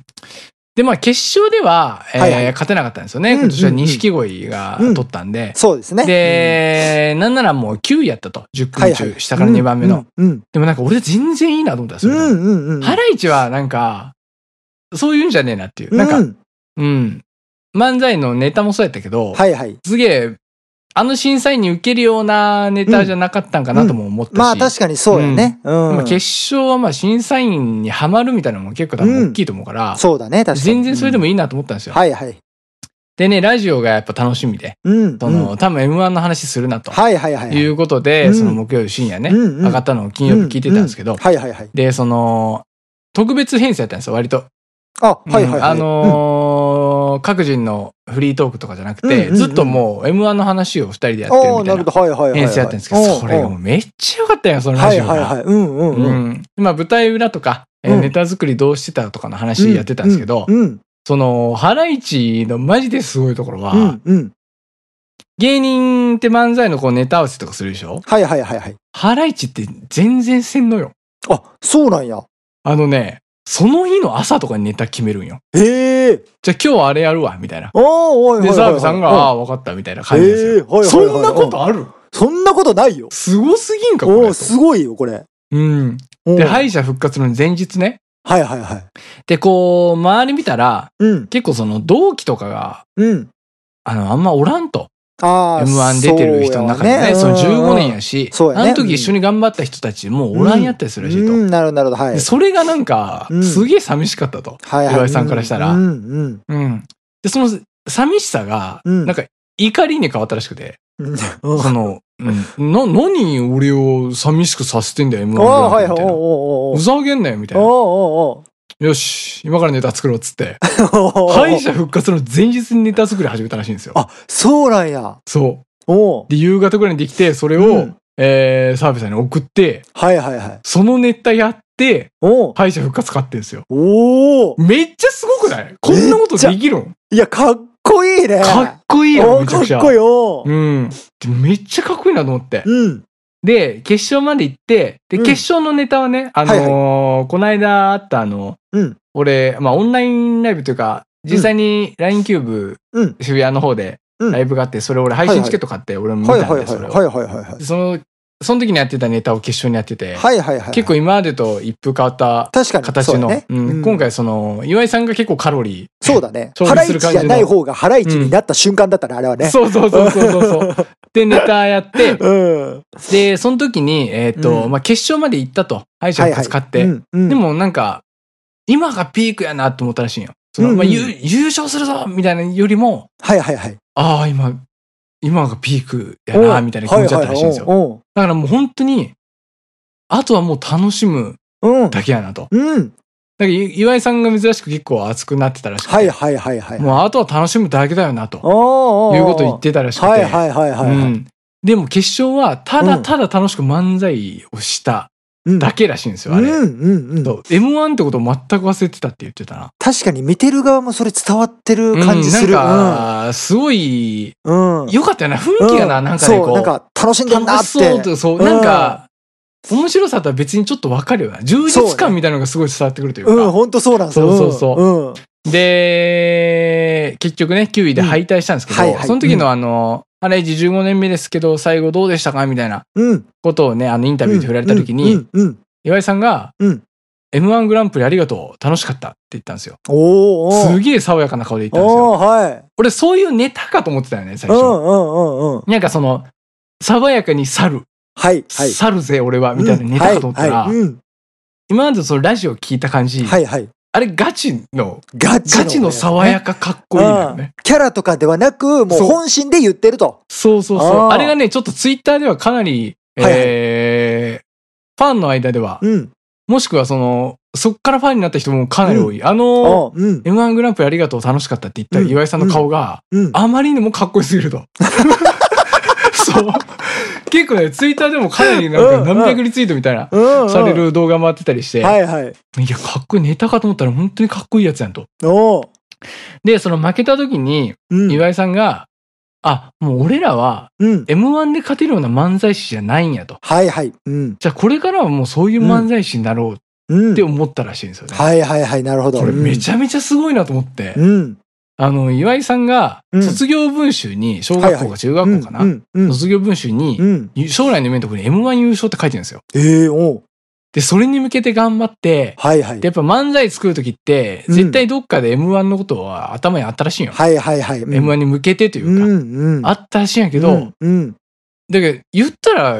Speaker 2: で、まあ決勝では、えー
Speaker 1: はいはい
Speaker 2: 勝てなかったんですよね。
Speaker 1: うん
Speaker 2: 今年は錦鯉が取ったんで。
Speaker 1: そうですね。
Speaker 2: で、なんならもう9位やったと。10組
Speaker 1: はい
Speaker 2: 中、
Speaker 1: は
Speaker 2: 下から2番目の。。
Speaker 1: うん
Speaker 2: でもなんか俺全然いいなと思ったんです
Speaker 1: うん
Speaker 2: よ。それでも
Speaker 1: うんうん。
Speaker 2: ハライチはなんか、そういうんじゃねえなっていう。なんか、
Speaker 1: うん
Speaker 2: うん。漫才のネタもそうやったけど、
Speaker 1: はいはい。
Speaker 2: すげえ、あの審査員に受けるようなネタじゃなかったんかなとも思ったし。
Speaker 1: まあ確かにそうやね。う
Speaker 2: でも
Speaker 1: ん。
Speaker 2: 決勝はまあ審査員にはまるみたいなのも結構多分大きいと思うから、
Speaker 1: そうだね、確かに。
Speaker 2: 全然それでもいいなと思ったんですよ。
Speaker 1: はいはい。
Speaker 2: でね、ラジオがやっぱ楽しみで、
Speaker 1: うん。
Speaker 2: そ
Speaker 1: うん
Speaker 2: の、多分 M1 の話するなと
Speaker 1: はいはいはいはい。
Speaker 2: いうことで、
Speaker 1: うん
Speaker 2: その木曜日深夜ね、
Speaker 1: うんうん
Speaker 2: 上がったのを金曜日聞いてたんですけど、
Speaker 1: うはいはいはい。
Speaker 2: で、その、特別編成やったんですよ、割と。
Speaker 1: あ、はいはいは
Speaker 2: う
Speaker 1: い。
Speaker 2: んあのー各人のフリートークとかじゃなくて、
Speaker 1: うんうんうん
Speaker 2: ずっともう M1 の話を二人でや
Speaker 1: うん
Speaker 2: ってる
Speaker 1: あー
Speaker 2: みた
Speaker 1: ないる
Speaker 2: な
Speaker 1: ほど。はいはいはいはい。
Speaker 2: 編成やってるんですけど、それがもうめっちゃ良かったよ、そのラ
Speaker 1: はい
Speaker 2: ジオが。
Speaker 1: はいはい。うんうん
Speaker 2: う
Speaker 1: うん。
Speaker 2: ん。まあ舞台裏とか、えー
Speaker 1: うん
Speaker 2: ネタ作りどうしてたとかの話やってたんですけど、
Speaker 1: うん
Speaker 2: その、ハライチのマジですごいところは、
Speaker 1: うんうん。
Speaker 2: 芸人って漫才のこうネタ合わせとかするでしょ
Speaker 1: はいはいはいはい。
Speaker 2: ハライチって全然せんのよ。
Speaker 1: あ、そうなんや。
Speaker 2: あのね、その日の朝とかにネタ決めるんよ。
Speaker 1: へえ。
Speaker 2: じゃあ今日はあれやるわ、みたいな。
Speaker 1: ああ、おいはいはいはい。
Speaker 2: で、澤部さんが、
Speaker 1: う
Speaker 2: ああ、わかった、みたいな感じです
Speaker 1: へえ
Speaker 2: よ。
Speaker 1: はいはいはい
Speaker 2: そんなことある
Speaker 1: そんなことないよ。
Speaker 2: すごすぎんか、こ
Speaker 1: お
Speaker 2: れ
Speaker 1: お、。すごいよ、これ。
Speaker 2: うん。
Speaker 1: うん
Speaker 2: で、敗者復活の前日ね。
Speaker 1: はいはいはい。
Speaker 2: で、こう、周り見たら、
Speaker 1: うん。
Speaker 2: 結構その同期とかが、
Speaker 1: うん。
Speaker 2: あの、あんまおらんと。
Speaker 1: ああ、
Speaker 2: M1 出てる人の中でね、そ
Speaker 1: そうや
Speaker 2: の15年
Speaker 1: うん
Speaker 2: やし、
Speaker 1: そうやね
Speaker 2: あの時一緒に頑張った人たちもうおらんやったりするらしいと。
Speaker 1: うん、なるほどなるほど。はい
Speaker 2: で。それがなんか
Speaker 1: う、ん
Speaker 2: すげえ寂しかったと。
Speaker 1: はいはい。
Speaker 2: 岩井さんからしたら
Speaker 1: うんうん。
Speaker 2: うん。で、その寂しさが、
Speaker 1: うん
Speaker 2: なんか怒りに変わったらしくて、
Speaker 1: うん
Speaker 2: その、うん、な、何俺を寂しくさせてんだよ、M1
Speaker 1: ああ、はい
Speaker 2: グ
Speaker 1: は
Speaker 2: ランプ
Speaker 1: い。
Speaker 2: リ
Speaker 1: おおお
Speaker 2: みたいな。
Speaker 1: お
Speaker 2: ふざけんなよ、みたいな。
Speaker 1: お
Speaker 2: よし、今からネタ作ろうっつって、
Speaker 1: おお おお
Speaker 2: 敗者復活の前日にネタ作り始めたらしいんです よ。
Speaker 1: あ、そうなんや。
Speaker 2: そう。
Speaker 1: おう
Speaker 2: で、夕方ぐらいにできて、それ
Speaker 1: う
Speaker 2: を
Speaker 1: ん、
Speaker 2: えー、澤部さんに送って、
Speaker 1: はいはいはい。
Speaker 2: そのネタやって、
Speaker 1: おう
Speaker 2: 敗者復活勝ってんですよ。
Speaker 1: おお
Speaker 2: めっちゃすごくないこんなことできるん
Speaker 1: いや、かっこいいね。
Speaker 2: かっこいいや
Speaker 1: お
Speaker 2: ろ、
Speaker 1: う
Speaker 2: めち
Speaker 1: か
Speaker 2: ゃくちゃ。
Speaker 1: っこいいよ。
Speaker 2: うん。でめっちゃかっこいいなと思って。
Speaker 1: うん。
Speaker 2: で、決勝まで行って、で、
Speaker 1: うん
Speaker 2: 決勝のネタはね、あのー
Speaker 1: はい
Speaker 2: この間あったあの、
Speaker 1: うん
Speaker 2: 俺、まあ、オンラインライブというか、実際に LINE キューブ、
Speaker 1: うん
Speaker 2: 渋谷の方で
Speaker 1: うん
Speaker 2: ライブがあって、それ俺配信チケット買って、俺も見
Speaker 1: はい
Speaker 2: た
Speaker 1: は
Speaker 2: ん
Speaker 1: い
Speaker 2: で、
Speaker 1: はい。
Speaker 2: それを。
Speaker 1: はいはいはいはい。
Speaker 2: その、その時にやってたネタを決勝にやってて、
Speaker 1: はいはいはい。
Speaker 2: 結構今までと一風変わった
Speaker 1: 確かに
Speaker 2: 形の、うん今。回その、岩井さんが結構カロリー。
Speaker 1: そうだねうんそ
Speaker 2: 勝
Speaker 1: うだね。ハラ
Speaker 2: 負
Speaker 1: イ
Speaker 2: する
Speaker 1: チ
Speaker 2: 感
Speaker 1: じ
Speaker 2: じの
Speaker 1: ゃない方がハライチになった瞬間だったね、あれはね。
Speaker 2: そうそうそうそうそう そう。で、ネタやって、
Speaker 1: うん。
Speaker 2: で、その時に、えっ、と、
Speaker 1: うん
Speaker 2: まあ、決勝まで行ったと。敗者
Speaker 1: はい
Speaker 2: 復
Speaker 1: はい。
Speaker 2: 活勝って、
Speaker 1: うんうん
Speaker 2: でもなんか、今がピークやなと思ったらしいんよ。その、
Speaker 1: うんうん
Speaker 2: まあ、優優勝するぞみたいなよりも、
Speaker 1: はいはいはい。
Speaker 2: ああ、今、今がピークやなみたいな気持ちだったらしいんですよ。
Speaker 1: ははは
Speaker 2: だからもう本当に、あとはもう楽しむ
Speaker 1: うん。
Speaker 2: だけやなと。
Speaker 1: うん。
Speaker 2: だからい岩井さんが珍しく結構熱くなってたらしくて、
Speaker 1: はいはいはいはい。
Speaker 2: もうあとは楽しむだけだよなと。
Speaker 1: おーおーおー
Speaker 2: いうことを言ってたらしくて。
Speaker 1: はいはいはいはいは
Speaker 2: う
Speaker 1: い。
Speaker 2: んでも決勝はただただ楽しく漫才をした
Speaker 1: うん
Speaker 2: だけらしいんですよ、
Speaker 1: う
Speaker 2: あ
Speaker 1: ん
Speaker 2: れ。
Speaker 1: うんうん
Speaker 2: そう M1 ってことを全く忘れてたって言ってたな。
Speaker 1: 確かに見てる側もそれ伝わってる感じする。
Speaker 2: う
Speaker 1: うんん。
Speaker 2: なんか、すごい、
Speaker 1: うん。
Speaker 2: 良かったよな。雰囲気がな、
Speaker 1: う
Speaker 2: なんかね、
Speaker 1: そう、
Speaker 2: こ
Speaker 1: なん
Speaker 2: う。
Speaker 1: か楽しんでんな
Speaker 2: 楽
Speaker 1: っ
Speaker 2: しそう
Speaker 1: て。
Speaker 2: と、そう、
Speaker 1: うん
Speaker 2: なんか、面白さとは別にちょっとわかるよな。充実感みたいなのがすごい伝わってくるというか。
Speaker 1: うん、ほんとそうなんですよ。
Speaker 2: そうそうそ
Speaker 1: うん。うん
Speaker 2: で、結局ね、9位で敗退したんですけど、
Speaker 1: うんはいはい
Speaker 2: その時のあの、ハライチ15年目ですけど、最後どうでしたかみたいな
Speaker 1: うん。
Speaker 2: ことをね、あの、インタビューで振られた時に、
Speaker 1: うんうん。うん
Speaker 2: 岩井さんが、
Speaker 1: うん。
Speaker 2: M1 グランプリありがとう、楽しかったって言ったんですよ。
Speaker 1: おーおー
Speaker 2: すげえ爽やかな顔で言ったんですよ。
Speaker 1: おーはい。
Speaker 2: 俺そういうネタかと思ってたよね、最
Speaker 1: うんう
Speaker 2: 初。
Speaker 1: んうんうん。
Speaker 2: なんかその、爽やかに去る、
Speaker 1: はいはい。
Speaker 2: 去るぜ俺は、みたいなネタかと思った
Speaker 1: うん
Speaker 2: ら
Speaker 1: はい、はいうん
Speaker 2: 今までそのラジオ聞いた感じ、
Speaker 1: はいはい。
Speaker 2: あれガチの、
Speaker 1: ガチ
Speaker 2: ガチの爽や
Speaker 1: か
Speaker 2: かかっこいいのよね。
Speaker 1: キャラとかではなく、もう
Speaker 2: そう
Speaker 1: 本心で言ってると。
Speaker 2: そうそうそう。
Speaker 1: あー
Speaker 2: あれがね、ちょっとツイッターではかなり、
Speaker 1: はいはい
Speaker 2: えー、ファンの間では、
Speaker 1: うん。
Speaker 2: もしくはその、そっからファンになった人もかなり多い。あの、
Speaker 1: おうん。
Speaker 2: M1 グランプリありがとう楽しかったって言っ
Speaker 1: う
Speaker 2: た
Speaker 1: ん
Speaker 2: 岩井さんの顔が
Speaker 1: うん。
Speaker 2: あまりにもかっこよすぎる と。そう。結構ね、ツイッターでもかなりなんか何百リツイートみたいな
Speaker 1: うんうん
Speaker 2: される動画回ってたりして、い
Speaker 1: はいはい。
Speaker 2: や、かっこいいネタかと思ったら本当にかっこいいやつやんと。
Speaker 1: おお。
Speaker 2: で、その負けた時に
Speaker 1: うん。
Speaker 2: 岩井さんが、あ、もう俺らは
Speaker 1: うん。
Speaker 2: M1 で勝てるような漫才師じゃないんやと。
Speaker 1: はいはい。うん。
Speaker 2: じゃあこれからはもうそういう漫才師になろうっ
Speaker 1: うん
Speaker 2: て。思ったらしいんですよね。
Speaker 1: はいはいはい。なるほど。
Speaker 2: これめ
Speaker 1: ゃ。
Speaker 2: ちゃめちゃすごいなと思って。
Speaker 1: うん。
Speaker 2: あの、岩井さんが、
Speaker 1: うん
Speaker 2: 卒業文集に、小学校か中学校か
Speaker 1: う
Speaker 2: な、
Speaker 1: ん。うん。
Speaker 2: 卒業文集
Speaker 1: う
Speaker 2: に、
Speaker 1: ん。
Speaker 2: 将来の夢のところに M1 優勝って書いてるんですよ。
Speaker 1: ええ、おう
Speaker 2: で、それに向けて頑張って、
Speaker 1: はいはい
Speaker 2: で、やっぱ漫才作るときって、
Speaker 1: うん
Speaker 2: 絶対どっかで M1 のことは頭にあったらしいんよ。
Speaker 1: はいはいはい。うん
Speaker 2: M1 に向けてというか、
Speaker 1: うんうん、
Speaker 2: あったらしいんやけ
Speaker 1: け
Speaker 2: ど、
Speaker 1: うん
Speaker 2: だけど言ったら、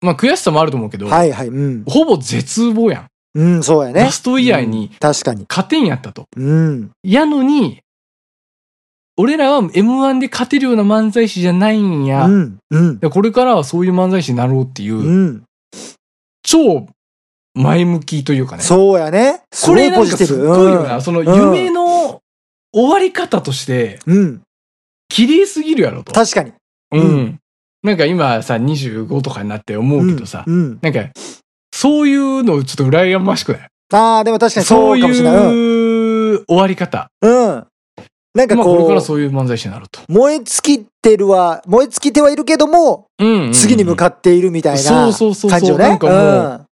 Speaker 2: まあ悔しさもあると思うけ
Speaker 1: う
Speaker 2: ど、
Speaker 1: ん、はいはい、うん、
Speaker 2: ほぼ絶望やん。
Speaker 1: うん、そうやね
Speaker 2: ラ。ストイヤーに
Speaker 1: 確かに。
Speaker 2: 勝てんやったと。
Speaker 1: うん、
Speaker 2: やのに、俺らは M1 で勝てるような漫才師じゃないん
Speaker 1: う
Speaker 2: や。
Speaker 1: ん、うん、
Speaker 2: でこれからはそういう漫才師になろうっていう、
Speaker 1: うん、
Speaker 2: 超前向きというかね。
Speaker 1: そうやね。す
Speaker 2: こ
Speaker 1: ご
Speaker 2: れ
Speaker 1: い
Speaker 2: な
Speaker 1: ポ
Speaker 2: んか
Speaker 1: ジティ
Speaker 2: す
Speaker 1: ブ。
Speaker 2: っごいよな。その
Speaker 1: うん
Speaker 2: 夢の終わり方として、
Speaker 1: うん、うん、
Speaker 2: 綺麗すぎるやろと。
Speaker 1: 確かに。
Speaker 2: う。
Speaker 1: うん
Speaker 2: なんか今さ、25とかになって思うけどさ、
Speaker 1: うん、
Speaker 2: なんか、そういうのちょっと羨ましくない
Speaker 1: ああ、でも確かに
Speaker 2: そ
Speaker 1: そうう
Speaker 2: い
Speaker 1: かもしれない。うん
Speaker 2: う終わり方。
Speaker 1: うん。なんか
Speaker 2: まあこれから
Speaker 1: こう、
Speaker 2: そういう漫才師になると。
Speaker 1: 燃え尽きてるは、燃え尽きてはいるけども、
Speaker 2: うんうんうん
Speaker 1: 次に向かっているみたい
Speaker 2: そう
Speaker 1: な
Speaker 2: そうそうそう
Speaker 1: 感じよね。
Speaker 2: なんかも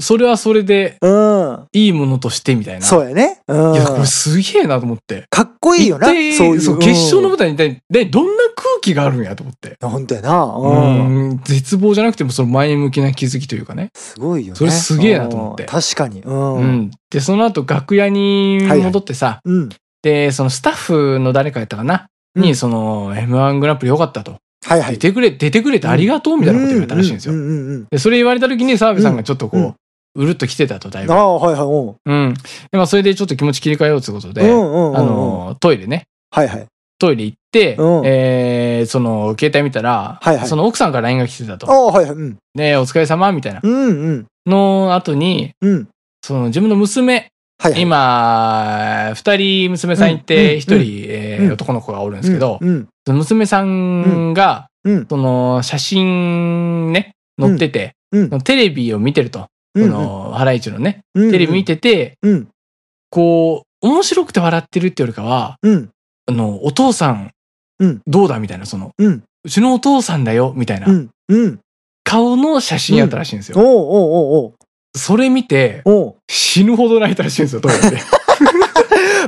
Speaker 2: それはそれで
Speaker 1: うん。うん。
Speaker 2: いいものとしてみたいな。
Speaker 1: そうやね。う
Speaker 2: いや、これ
Speaker 1: ん。
Speaker 2: すげえなと思って。
Speaker 1: かっこいいよな。そう
Speaker 2: 一体
Speaker 1: いう。
Speaker 2: そう決勝の舞台に一体でどんな空気があるんやと思って。
Speaker 1: うん本当やな。うん。
Speaker 2: うん絶望じゃなくてもその前向きな気づきというかね。
Speaker 1: すごいよね。
Speaker 2: それすげえなと思って
Speaker 1: うん確かに。う。
Speaker 2: うん
Speaker 1: うん。
Speaker 2: んで、その後楽屋に戻ってさ、で、そのスタッフの誰かやったかな。
Speaker 1: うん
Speaker 2: に、その、M1 グランプリ良かったと。
Speaker 1: はいは
Speaker 2: 出
Speaker 1: い。
Speaker 2: てくれ、出てくれてありがとうみたいなこと言われたらしいんですよ
Speaker 1: う。んうんうん
Speaker 2: で、それ言われた時に澤部さんがちょっとこう、う
Speaker 1: うん
Speaker 2: るっと来てたと、だ
Speaker 1: う
Speaker 2: い
Speaker 1: ん。あ
Speaker 2: ぶ。
Speaker 1: あ、はいはい。うん
Speaker 2: うん。で、まあ、それでちょっと気持ち切り替えようということで、
Speaker 1: うんうんうんうん。
Speaker 2: あの、トイレね、
Speaker 1: はいはい。
Speaker 2: トイレ行って、
Speaker 1: うん
Speaker 2: えー、その、携帯見たら、
Speaker 1: はいはい
Speaker 2: その奥さんから LINE が来てた
Speaker 1: あ
Speaker 2: と。
Speaker 1: あ、はいはい。うん。
Speaker 2: ねお疲れ様みたいな。
Speaker 1: うんうん。
Speaker 2: の後に、
Speaker 1: うん。
Speaker 2: その、自分の娘、
Speaker 1: はいはい。
Speaker 2: 今、二人娘さんい
Speaker 1: うん
Speaker 2: て、一
Speaker 1: うん
Speaker 2: 人、えー
Speaker 1: うん
Speaker 2: 男の子がおるんで
Speaker 1: です
Speaker 2: けど、
Speaker 1: うん。
Speaker 2: その娘さんが、
Speaker 1: うん。
Speaker 2: その、写真ね、載ってて、
Speaker 1: うん
Speaker 2: そ。のテレビを見てると。
Speaker 1: うん
Speaker 2: その、ハライチのね、
Speaker 1: うん
Speaker 2: テレビ見。てて、
Speaker 1: うん。
Speaker 2: こう、面白くて笑ってるってよりかは、
Speaker 1: うん。
Speaker 2: あの、お父さん
Speaker 1: うん、
Speaker 2: どうだみたいな、その、
Speaker 1: うん。
Speaker 2: うちのお父さんだよ、みたいな、
Speaker 1: うん。うん。
Speaker 2: 顔の写真やったらしいんです
Speaker 1: お
Speaker 2: よ。
Speaker 1: うおうおう
Speaker 2: それ見て、
Speaker 1: おうおう
Speaker 2: 死ぬほど泣いたらしいんですよ、トイレで。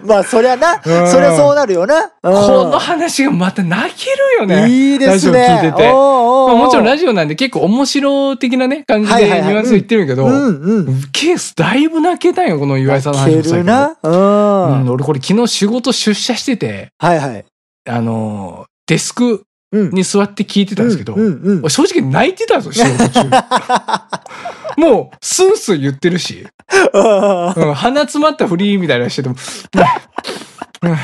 Speaker 1: まあ、そりゃな。 そりゃそうなるよな。こ
Speaker 2: この話がまた泣けるよね。
Speaker 1: いいですね。
Speaker 2: ラジオ聞いてて
Speaker 1: おうおう
Speaker 2: ま
Speaker 1: お
Speaker 2: あ、
Speaker 1: う
Speaker 2: もちろんラジオなんで結構面白的なね、感じで
Speaker 1: は
Speaker 2: ニ
Speaker 1: いはいはい
Speaker 2: ュアンス言ってるけど、
Speaker 1: うんうん。
Speaker 2: ケースだいぶ泣けたんよ、この岩井さんの話も
Speaker 1: け
Speaker 2: したけ
Speaker 1: る
Speaker 2: ど。
Speaker 1: な。う。
Speaker 2: うんん、俺これ昨日仕事出社してて、
Speaker 1: はいはい。
Speaker 2: あのー、デスク
Speaker 1: うん。
Speaker 2: に座って聞いてたんですけど、
Speaker 1: うんうん
Speaker 2: 俺正直泣いてたんですよ、仕 事中。もう、スンスン言ってるし、
Speaker 1: う
Speaker 2: うん、鼻詰まったフリーみたいなのしてても、うんうんうん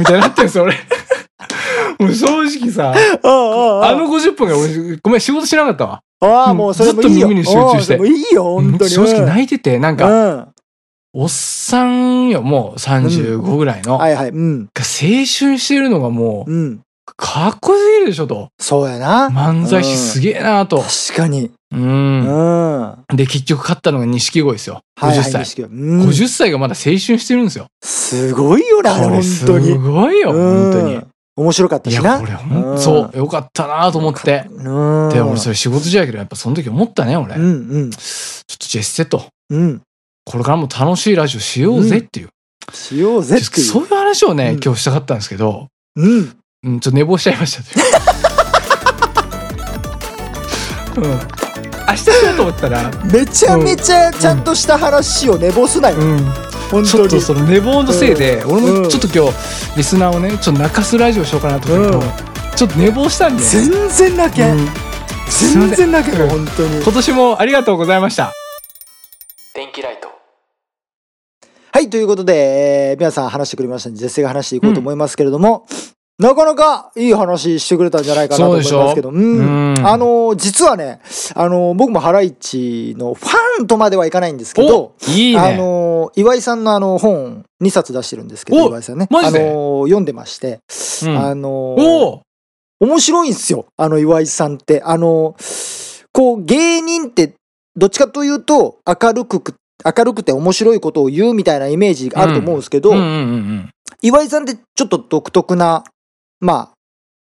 Speaker 2: みたいになってるんですよ、俺。もう正直さ、あ
Speaker 1: あ
Speaker 2: の50分が俺、ごめん、仕事しなかったわ。
Speaker 1: ああ、もうそれもいいよ。
Speaker 2: ずっと耳に集中して
Speaker 1: うんもういいよ、本当に。
Speaker 2: 正直泣いてて、なんか、
Speaker 1: うん。
Speaker 2: おっさんよ、もう35ぐらいの。
Speaker 1: はいはい。うん。
Speaker 2: 青春してるのがもう、
Speaker 1: うん。
Speaker 2: かっこよすぎるでしょと。
Speaker 1: そうやな。
Speaker 2: 漫才師すげえなと。
Speaker 1: 確かに。う
Speaker 2: う。
Speaker 1: んん。は
Speaker 2: で、結局勝ったのが錦鯉ですよ。
Speaker 1: いはい
Speaker 2: 50歳。
Speaker 1: 錦鯉うん
Speaker 2: 50歳がまだ青春してるんですよ。
Speaker 1: すごいよな、
Speaker 2: こ
Speaker 1: 本
Speaker 2: れす
Speaker 1: 当に。
Speaker 2: ごいよ、本当
Speaker 1: う
Speaker 2: に
Speaker 1: ん。。面白かった
Speaker 2: い
Speaker 1: し
Speaker 2: や、
Speaker 1: な。
Speaker 2: これほ
Speaker 1: うんん
Speaker 2: そう、よかったなと思って。
Speaker 1: うん。
Speaker 2: で、俺それ仕事じゃやけど、やっぱその時思ったね、
Speaker 1: う
Speaker 2: 俺。ちょっ
Speaker 1: んうん
Speaker 2: とジェスセと。
Speaker 1: うん。
Speaker 2: これからも楽しいラジオしようぜっていう。
Speaker 1: しようぜってい
Speaker 2: そう
Speaker 1: う。
Speaker 2: いう話をね、
Speaker 1: うん
Speaker 2: 今日したかったんですけど、
Speaker 1: うん。
Speaker 2: うん、ちょっと寝坊しちゃい ましたという。うん。明日しようと思ったら、
Speaker 1: めちゃめちゃちゃんとした話を寝坊すなよ。
Speaker 2: うん。
Speaker 1: 本
Speaker 2: ちょ
Speaker 1: 当
Speaker 2: っと
Speaker 1: に。
Speaker 2: その寝坊のせいで、
Speaker 1: うん
Speaker 2: 俺
Speaker 1: う
Speaker 2: も
Speaker 1: ん
Speaker 2: ちょっと今日リスナーをねちょっと泣かすラジオしようかなと思ったけど、ちょっと寝坊したんで、
Speaker 1: 全然泣け。
Speaker 2: うんん
Speaker 1: 全然泣けん
Speaker 2: うん
Speaker 1: の、本当に。
Speaker 2: 今年もありがとうございました
Speaker 3: 電気ライト
Speaker 1: はい、ということで、えー皆さん話してくれましたんで、絶世が話していこうと思いますけれども、なかなかいい話してくれたんじゃないかなと思いますけど、う。
Speaker 2: うんん
Speaker 1: あのー、実はね、あのー、僕もハライチのファンとまではいかないんですけど
Speaker 2: お、いいね
Speaker 1: あのー、岩井さんのあの本2冊出してるんですけど、
Speaker 2: お
Speaker 1: 岩井さんね。
Speaker 2: マジで
Speaker 1: あのー読んでまして、
Speaker 2: うん
Speaker 1: あのー、
Speaker 2: おお
Speaker 1: 面白いんですよ、あの岩井さんって。あのー、こう、芸人って、どっちかというと、明るく、明るくて面白いことを言うみたいなイメージがあると思うんですけど、
Speaker 2: うんうんうん
Speaker 1: 岩井さんってちょっと独特な、まあ、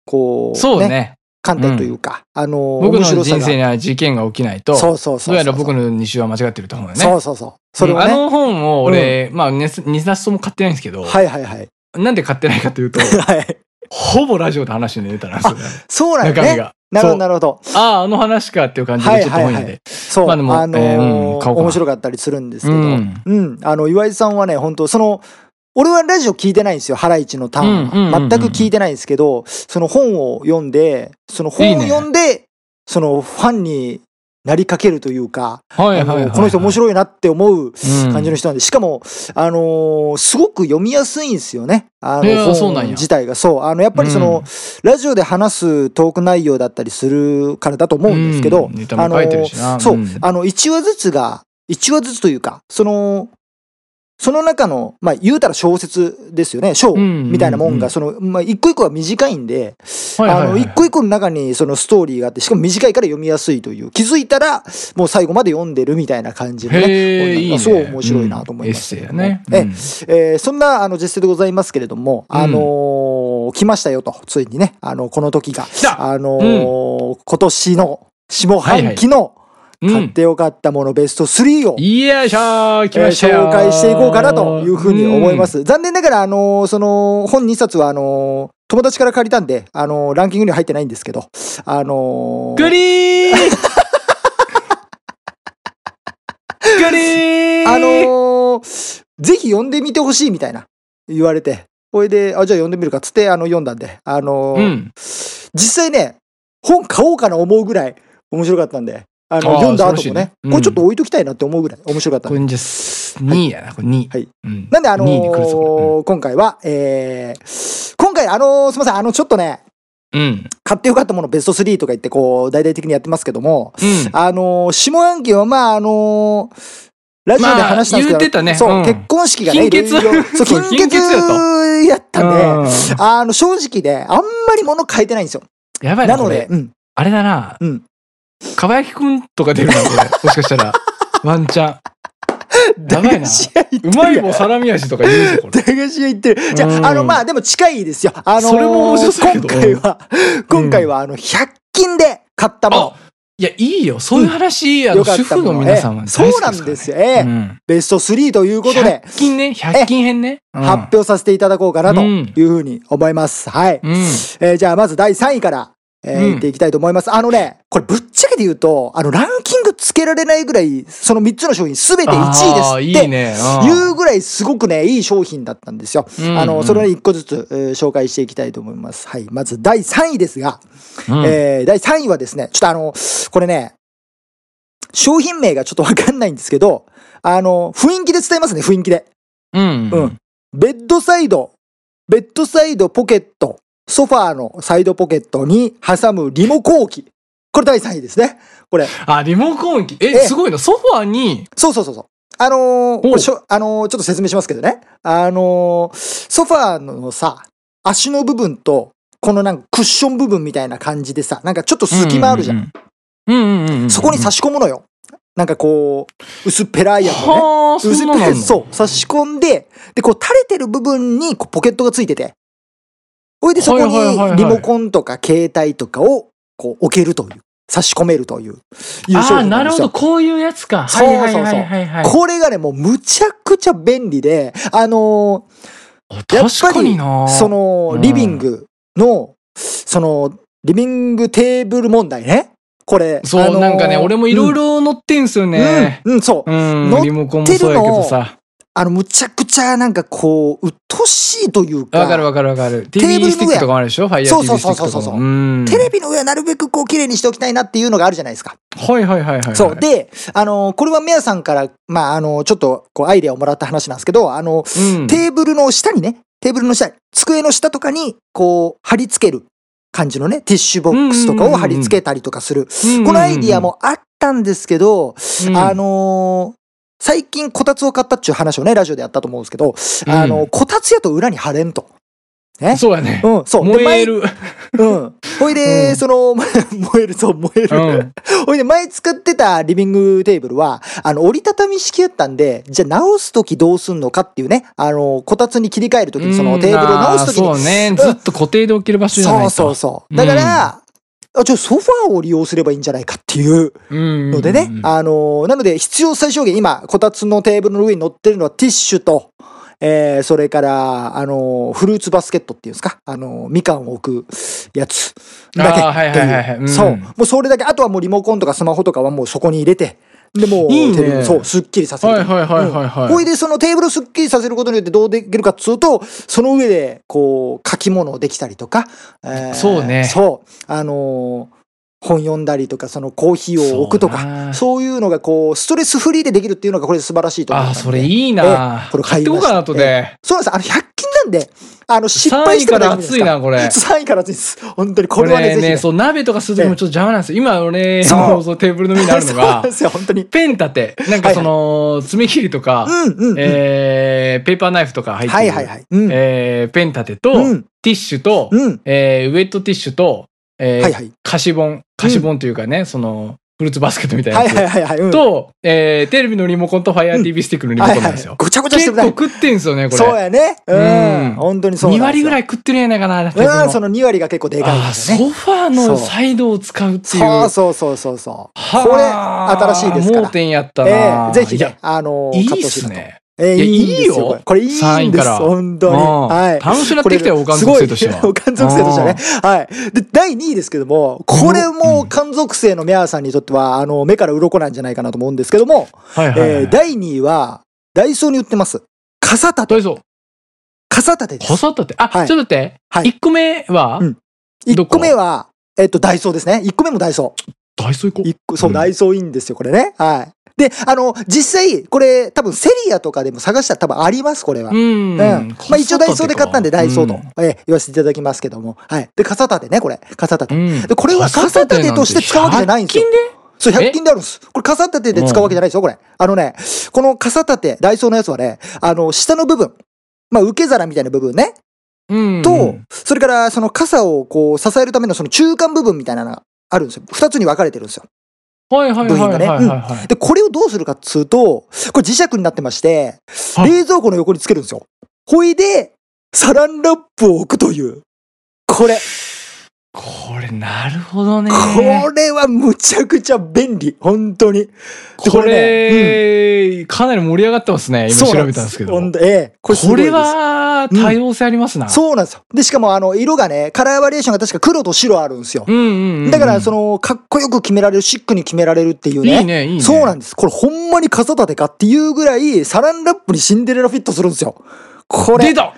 Speaker 1: こ
Speaker 2: うん
Speaker 1: う、
Speaker 2: そうね
Speaker 1: 観点というか、あのー、
Speaker 2: 僕
Speaker 1: 面
Speaker 2: の
Speaker 1: 白さ
Speaker 2: 人
Speaker 1: が。
Speaker 2: 生には事件が起きないと
Speaker 1: そうそうそうそう。
Speaker 2: どうやら僕の2週は間違ってると思うよね
Speaker 1: そうそうそう。それをね。
Speaker 2: うんあの本を俺、まあね2冊とも買ってないんですけど、
Speaker 1: はいはいはい。
Speaker 2: なんで買ってないかというと
Speaker 1: はい。
Speaker 2: ほぼラジオで話してネタなんですよね
Speaker 1: そうなんよ
Speaker 2: 中身
Speaker 1: ね。
Speaker 2: が、
Speaker 1: なるほど、なるほど。
Speaker 2: ああ、あの話かっていう感じ
Speaker 1: は
Speaker 2: で
Speaker 1: い
Speaker 2: ちょっと
Speaker 1: はい
Speaker 2: 多いん
Speaker 1: は
Speaker 2: で
Speaker 1: い。。そう、
Speaker 2: ま
Speaker 1: あ
Speaker 2: あでも
Speaker 1: の
Speaker 2: えーう
Speaker 1: ー
Speaker 2: ん買おうかな
Speaker 1: 面白かったりするんですけど、う
Speaker 2: うんん、
Speaker 1: あの、岩井さんはね、本当その、俺はラジオ聞いてないんですよ、ハライチのターンは。
Speaker 2: うんうんうんうん
Speaker 1: 全く聞いてないんですけど、その本を読んで、その本を読んで、そのファンになりかけるというか、
Speaker 2: はいはいはい
Speaker 1: あ
Speaker 2: は
Speaker 1: の
Speaker 2: い。
Speaker 1: この人面
Speaker 2: い。
Speaker 1: 白いなって思う
Speaker 2: うん
Speaker 1: 感じの人なんで、しかも、あのーすごく読みやすいんですよね。あ
Speaker 2: へえ
Speaker 1: の、
Speaker 2: そうなん
Speaker 1: 本
Speaker 2: や
Speaker 1: 自体が。そう。あの、やっぱりその、ラジオで話すトーク内容だったりするからだと思うんですけど、
Speaker 2: うんネタも書いてるしな
Speaker 1: あのーそう、
Speaker 2: うん
Speaker 1: あの、1話ずつが、1話ずつというか、その、その中の、まあ、言うたら小説ですよね、章
Speaker 2: うん
Speaker 1: みたいなもん
Speaker 2: うんう
Speaker 1: が、
Speaker 2: ん
Speaker 1: その、まあ、一個一個が短いんで、
Speaker 2: はいはい
Speaker 1: あの、
Speaker 2: はい
Speaker 1: 一個一個の中にそのストーリーがあって、しかも短いから読みやすいという、気づいたらもう最後まで読んでるみたいな感じの
Speaker 2: へ
Speaker 1: ね、
Speaker 2: え、い
Speaker 1: あ
Speaker 2: いね。
Speaker 1: そう面白いなと思いまし
Speaker 2: す。
Speaker 1: た
Speaker 2: エ
Speaker 1: け
Speaker 2: ッ
Speaker 1: ど
Speaker 2: セイやね
Speaker 1: ね。。ええーそんなあの実践でございますけれども、
Speaker 2: うん
Speaker 1: あのー来ましたよと、ついにね、あの、この時が、
Speaker 2: 来た
Speaker 1: あのー今年の下半期の
Speaker 2: うんう
Speaker 1: 買っ
Speaker 2: ん。
Speaker 1: てよかったものベスト3を、
Speaker 2: よいしょー来ました
Speaker 1: えー
Speaker 2: よ
Speaker 1: 紹
Speaker 2: ー
Speaker 1: 介していこうかなというふうに思いま。す。残念ながら、あのーその、本2冊は、あのー友達から借りたんで、あのーランキングには入ってないんですけど、あのー
Speaker 2: グリーングリーン
Speaker 1: あのーぜひ読んでみてほしいみたいな、言われて、これで、あ、じゃあ読んでみるかっつって、あの、読んだんで、あのー
Speaker 2: うん。
Speaker 1: 実際ね、本買おうかな思うぐらい面白かったんで、あの、
Speaker 2: あー
Speaker 1: 読んだ後も
Speaker 2: 素晴らしい
Speaker 1: ね
Speaker 2: ね、うん
Speaker 1: これちょっと置いときたいなって思うぐらい面白かったん
Speaker 2: こ
Speaker 1: で
Speaker 2: れにじゃあ、2位やな、これ2位。
Speaker 1: はい
Speaker 2: うん。
Speaker 1: なんで、あのー
Speaker 2: 2位に来るぞ、こ
Speaker 1: 今回は、えー今回、あのーすみません、あの、ちょっとね、
Speaker 2: れうん。うん。
Speaker 1: 買ってよかったものベスト3とか言って、こう、大々的にやってますけども、
Speaker 2: うん
Speaker 1: あのー下半期は、まあ、あのーラジオで話したんですけど、
Speaker 2: まあ言ってたね
Speaker 1: そう、
Speaker 2: うん
Speaker 1: 結婚式がね、
Speaker 2: 貧血
Speaker 1: いろいろそう、
Speaker 2: そう
Speaker 1: 貧
Speaker 2: 貧血や
Speaker 1: 血やったんで、
Speaker 2: うん
Speaker 1: あの、正直ね、あんまり物書いてないんですよ。
Speaker 2: やばい
Speaker 1: な
Speaker 2: な、
Speaker 1: の
Speaker 2: こ
Speaker 1: で
Speaker 2: れ、。
Speaker 1: うん。
Speaker 2: あれだな
Speaker 1: うん。
Speaker 2: かばやきくんとか出るな、これ。もしかしたら。ワン チャン。やばいな。
Speaker 1: 試合行って
Speaker 2: う
Speaker 1: る
Speaker 2: まい
Speaker 1: やん
Speaker 2: 棒サラミ味とか言うぞ、これ。
Speaker 1: 駄菓子屋行ってる。じゃ
Speaker 2: うん
Speaker 1: あ、あの、まあ、でも近いですよ。あのー
Speaker 2: それも面白そうやけ
Speaker 1: 今
Speaker 2: ど
Speaker 1: 回は、今回は、あの、100均で買ったもの。
Speaker 2: あいや、いいよ。そういう話、あの、
Speaker 1: よかっ
Speaker 2: 主
Speaker 1: た
Speaker 2: 婦
Speaker 1: も
Speaker 2: の
Speaker 1: の
Speaker 2: 皆さんは
Speaker 1: ええ
Speaker 2: 大
Speaker 1: そ
Speaker 2: 好
Speaker 1: う
Speaker 2: き
Speaker 1: な
Speaker 2: で
Speaker 1: ん
Speaker 2: すからね。
Speaker 1: ですよ。ええ
Speaker 2: うん
Speaker 1: ベスト3ということで、
Speaker 2: 100均ね、100均編ね。うん
Speaker 1: 発表させていただこうかなと
Speaker 2: うん
Speaker 1: いうふうに思います。はい。
Speaker 2: うん。
Speaker 1: えーじゃあ、まず第3位から、えー
Speaker 2: うん
Speaker 1: いっていきたいと思います。あのね、これぶっちゃけて言うと、あの、ランキングつけられないぐらい、その3つの商品すべて1
Speaker 2: あー
Speaker 1: 位
Speaker 2: い
Speaker 1: ですって
Speaker 2: いね。
Speaker 1: いうぐらいすごくね、いい商品だったんですよ。
Speaker 2: うん
Speaker 1: あの、
Speaker 2: うん
Speaker 1: それを一個ずつ、えー紹介していきたいと思います。はい。まず第3位ですが、
Speaker 2: うん。うん
Speaker 1: えー第3位はですね、ちょっとあの、これね、商品名がちょっとわかんないんですけど、あの、雰囲気で伝えますね、雰囲気で。
Speaker 2: うん。
Speaker 1: う
Speaker 2: うんん。
Speaker 1: ベッドサイド、ベッドサイドポケット、ソファーのサイドポケットに挟むリモコー機。これ第3位ですね。これ。
Speaker 2: あ、リモコン機。
Speaker 1: え
Speaker 2: え、すごいな。ソファーに、
Speaker 1: そうそうそうそう。あのーこれしょあのーちょっと説明しますけどね。あのーソファーのさ、足の部分と、このなんかクッション部分みたいな感じでさ、なんかちょっと隙間あるじゃん。
Speaker 2: ん。うんうんうんうん。
Speaker 1: そこに差
Speaker 2: し
Speaker 1: し込むのよ。なんかこう、薄っぺらいやつをね。
Speaker 2: はあ、そ
Speaker 1: 薄
Speaker 2: ん
Speaker 1: っ
Speaker 2: な
Speaker 1: ぺ
Speaker 2: の
Speaker 1: ら
Speaker 2: あん
Speaker 1: い
Speaker 2: の
Speaker 1: そう、差し込んで、で、こう垂れてる部分にこうポケットがついてて、ほいでそこ
Speaker 2: はいはいはいは
Speaker 1: にリ
Speaker 2: い
Speaker 1: モコンとか携帯とかをこう置けるという、差し込めるという、いう
Speaker 2: あ
Speaker 1: 商
Speaker 2: あー、
Speaker 1: 品な
Speaker 2: なん
Speaker 1: で
Speaker 2: る
Speaker 1: す
Speaker 2: ほ
Speaker 1: よ
Speaker 2: ど。。こういうやつか。
Speaker 1: そうそうそう
Speaker 2: はいはいはいはいはい。
Speaker 1: これがね、もうむちゃくちゃ便利で、あの
Speaker 2: あ
Speaker 1: やっぱり
Speaker 2: 確かにな
Speaker 1: ーその、
Speaker 2: うん
Speaker 1: リビングの、その、リビングテーブル問題ね。これ。
Speaker 2: そう、
Speaker 1: あのー
Speaker 2: なんかね、俺もいろいろ乗ってんすよね。
Speaker 1: うん、うん、そう。
Speaker 2: うん、
Speaker 1: 乗ってるの
Speaker 2: リモコンもそうやけどさ。
Speaker 1: あの、むちゃくちゃなんかこう、うっとしいというか、
Speaker 2: わかるわかるわかる。
Speaker 1: ーブルの上
Speaker 2: TV スティックとかもあるでしょファイヤー
Speaker 1: そう
Speaker 2: TV ス
Speaker 1: そう
Speaker 2: ティ
Speaker 1: そう
Speaker 2: ックと
Speaker 1: そう
Speaker 2: か
Speaker 1: そう
Speaker 2: も。うん
Speaker 1: テレビの上はなるべくこう、綺麗にしておきたいなっていうのがあるじゃないですか。
Speaker 2: はいはいはいはい。
Speaker 1: そう。、で、あの、これはメアさんから、まあ、あの、ちょっと、こう、アイデアをもらった話なんですけど、あの、
Speaker 2: うん、
Speaker 1: テーブルの下にね、テーブルの下、机の下とかに、こう、貼り付ける感じのね、ティッシュボックスとかを貼り付けたりとかする。このアイディアもあったんですけど、
Speaker 2: うん、
Speaker 1: あのー最近こたつを買ったっていう話をね、ラジオでやったと思うんですけど、あの、こたつやと裏に貼れんと。ね。
Speaker 2: そうやね。
Speaker 1: うん、そう。で
Speaker 2: 燃える。
Speaker 1: 前うん。ほいで、
Speaker 2: うん
Speaker 1: その、 燃える、 そう、燃え
Speaker 2: う
Speaker 1: る。
Speaker 2: ん。
Speaker 1: ほいで、前使ってたリビングテーブルは、あの、折りたたみ式やったんで、じゃあ直すときどうすんのかっていうね、あの、こたつに切り替えるときに、そのテーブルを直すとき
Speaker 2: うんあー
Speaker 1: に。
Speaker 2: そうね。ずっと固定で置ける場所じゃない
Speaker 1: そ
Speaker 2: と。
Speaker 1: うそうそう。だから、あ、ちょ、ソファーを利用すればいいんじゃないかっていう
Speaker 2: うんうんうんうん。
Speaker 1: のでね、あの、なので必要最小限、今、こたつのテーブルの上に乗ってるのはティッシュと、えーそれから、あのーフルーツバスケットっていうんですか、あのーみかんを置くやつだけ
Speaker 2: あーはい
Speaker 1: と
Speaker 2: はいはいはい
Speaker 1: いうう。
Speaker 2: ん
Speaker 1: そう。もうそれだけ、あとはもうリモコンとかスマホとかはもうそこに入れて、で、もう、
Speaker 2: いいね
Speaker 1: テレビそう、すっきりさせると。
Speaker 2: はいはいはいはいはい
Speaker 1: うんほいで、そのテーブルをすっきりさせることによってどうできるかっつうと、その上で、こう、書き物をできたりとか、えー
Speaker 2: そうね
Speaker 1: そう。あのー本読んだりとか、そのコーヒーを置くと
Speaker 2: そう
Speaker 1: か、
Speaker 2: な
Speaker 1: そういうのがこう、ストレスフリーでできるっていうのがこれ素晴らしいと思い
Speaker 2: あ
Speaker 1: ま
Speaker 2: あ、
Speaker 1: す。
Speaker 2: それいい
Speaker 1: え
Speaker 2: な
Speaker 1: え。これ
Speaker 2: 買
Speaker 1: 買
Speaker 2: っ
Speaker 1: い
Speaker 2: てこ
Speaker 1: ま
Speaker 2: う
Speaker 1: した
Speaker 2: かな、後で。
Speaker 1: そうなんです。あの、100均なんで、あの、失敗
Speaker 2: 3位
Speaker 1: して
Speaker 2: か
Speaker 1: も大
Speaker 2: ら
Speaker 1: 丈夫です
Speaker 2: 熱いな、これ。
Speaker 1: 3位から熱いです。本当に、こ
Speaker 2: こ
Speaker 1: れはね、
Speaker 2: れ
Speaker 1: ぜひね。
Speaker 2: ね、そう、鍋とかするときもちょっと邪魔なんですよ。今、俺、
Speaker 1: そう
Speaker 2: もうそうテーブルの上にあるの
Speaker 1: そうなん
Speaker 2: が
Speaker 1: で、すよ、本当に。
Speaker 2: ペン立て、なんかその、爪切りとか、
Speaker 1: うんうんうん。
Speaker 2: えーペーパーナイフとか入ってる、
Speaker 1: はいはいはい。うん。
Speaker 2: えーペン立てと、
Speaker 1: うん
Speaker 2: ティッシュと、
Speaker 1: うん。
Speaker 2: えーウェットティッシュと、えー
Speaker 1: はいはい
Speaker 2: 菓子本、菓子本というかね、その、フルーツバスケットみたいな
Speaker 1: はい
Speaker 2: やつ。
Speaker 1: はいはいはい。うん、
Speaker 2: と、えーテレビのリモコンと FireTV スティックのリモ
Speaker 1: は
Speaker 2: コ
Speaker 1: い
Speaker 2: ンな
Speaker 1: は
Speaker 2: ん
Speaker 1: い
Speaker 2: ですよ。
Speaker 1: ごちゃごちゃして
Speaker 2: 結
Speaker 1: る
Speaker 2: 構
Speaker 1: ね。
Speaker 2: 食ってんすよね、こ
Speaker 1: そう
Speaker 2: れ。
Speaker 1: やね。う
Speaker 2: うん
Speaker 1: ん。本当にそうなんです
Speaker 2: 2
Speaker 1: よ。
Speaker 2: 割ぐらい食ってるやないかな、
Speaker 1: うん、その2割が結構でかい
Speaker 2: あ
Speaker 1: で
Speaker 2: ー
Speaker 1: すよね。
Speaker 2: ソファー
Speaker 1: そう
Speaker 2: のサイドを使うっていう。
Speaker 1: そうそうそうそうそう。
Speaker 2: は
Speaker 1: これ新しいですから
Speaker 2: 盲点やった
Speaker 1: え
Speaker 2: な、
Speaker 1: えぜひ
Speaker 2: いや
Speaker 1: ね、あのー
Speaker 2: い
Speaker 1: 買
Speaker 2: い
Speaker 1: っ
Speaker 2: って
Speaker 1: ほしい
Speaker 2: す
Speaker 1: なと。
Speaker 2: ね。
Speaker 1: えー、
Speaker 2: いや
Speaker 1: いいんです
Speaker 2: いい
Speaker 1: よ。
Speaker 2: よ
Speaker 1: これこれいい
Speaker 2: 三
Speaker 1: ん
Speaker 2: 位
Speaker 1: で
Speaker 2: か
Speaker 1: す。
Speaker 2: ら
Speaker 1: 本当に。
Speaker 2: うん
Speaker 1: はい。
Speaker 2: 楽しくなってきたよ
Speaker 1: これ
Speaker 2: おかん属性としては
Speaker 1: すごい おかん属性としてはね。はい。で、第2位ですけども、これも、かん属性のメアさんにとっては、あの、目から鱗なんじゃないかなと思うんですけども、
Speaker 2: はいはい、はい
Speaker 1: えー第2位は、ダイソーに売ってます。傘立て。
Speaker 2: 大丈夫。
Speaker 1: 傘立てです。
Speaker 2: 傘立て。あ、
Speaker 1: はい
Speaker 2: ちょっと待って。
Speaker 1: はい
Speaker 2: 1個目は、
Speaker 1: うん
Speaker 2: ど
Speaker 1: 1
Speaker 2: こ
Speaker 1: 個目は、えっと、ダイソーですね。1個目もダイソー。
Speaker 2: ダイソー行こう。
Speaker 1: 一個そう、
Speaker 2: うん
Speaker 1: ダイソーいいんですよ、これね。はい。で、あの、実際、これ、多分セリアとかでも探したら多分あります、これは。
Speaker 2: う
Speaker 1: うん
Speaker 2: ん。
Speaker 1: まあ一応ダイソーで買ったんでダイソーと、
Speaker 2: うん
Speaker 1: えー言わせていただきますけども。はい。で、傘立てね、これ。傘立て。
Speaker 2: うん
Speaker 1: で、これは傘立てとして使うわけじゃないんですよ。そう、100
Speaker 2: え
Speaker 1: 均であるんです。これ傘立てで使うわけじゃないですよ、これ。あのね、この傘立て、ダイソーのやつはね、あの、下の部分。まあ、受け皿みたいな部分ね。
Speaker 2: うん
Speaker 1: と、それから、その傘をこう、支えるためのその中間部分みたいなのがあるんですよ。二つに分かれてるんですよ。
Speaker 2: はいはいはいはいはい
Speaker 1: 部品
Speaker 2: は
Speaker 1: が
Speaker 2: いはい。
Speaker 1: で、これをどうするかっつうと、これ磁石になってまして、
Speaker 2: はい
Speaker 1: 冷蔵庫の横につけるんですよ。ほいで、サランラップを置くという。これ、
Speaker 2: これ、なるほどね。
Speaker 1: これはむちゃくちゃ便利。本当に。で
Speaker 2: これ、
Speaker 1: ね
Speaker 2: かなり盛り上がってます
Speaker 1: う
Speaker 2: ね。
Speaker 1: ん
Speaker 2: 今調べたんですけど。
Speaker 1: そうなですほんとええこれすご
Speaker 2: こ
Speaker 1: いです
Speaker 2: れは、多様性ありますな。
Speaker 1: そうなんですよ。で、しかもあの、色がね、カラーバリエーションが確か黒と白あるんですよ
Speaker 2: う。んうんうん。
Speaker 1: だから、その、かっこよく決められる、シックに決められるっていうね。
Speaker 2: いいね、いいね。
Speaker 1: そうなんです。これほんまに傘立てかっていうぐらい、サランラップにシンデレラフィットするんですよ。これ。
Speaker 2: 出た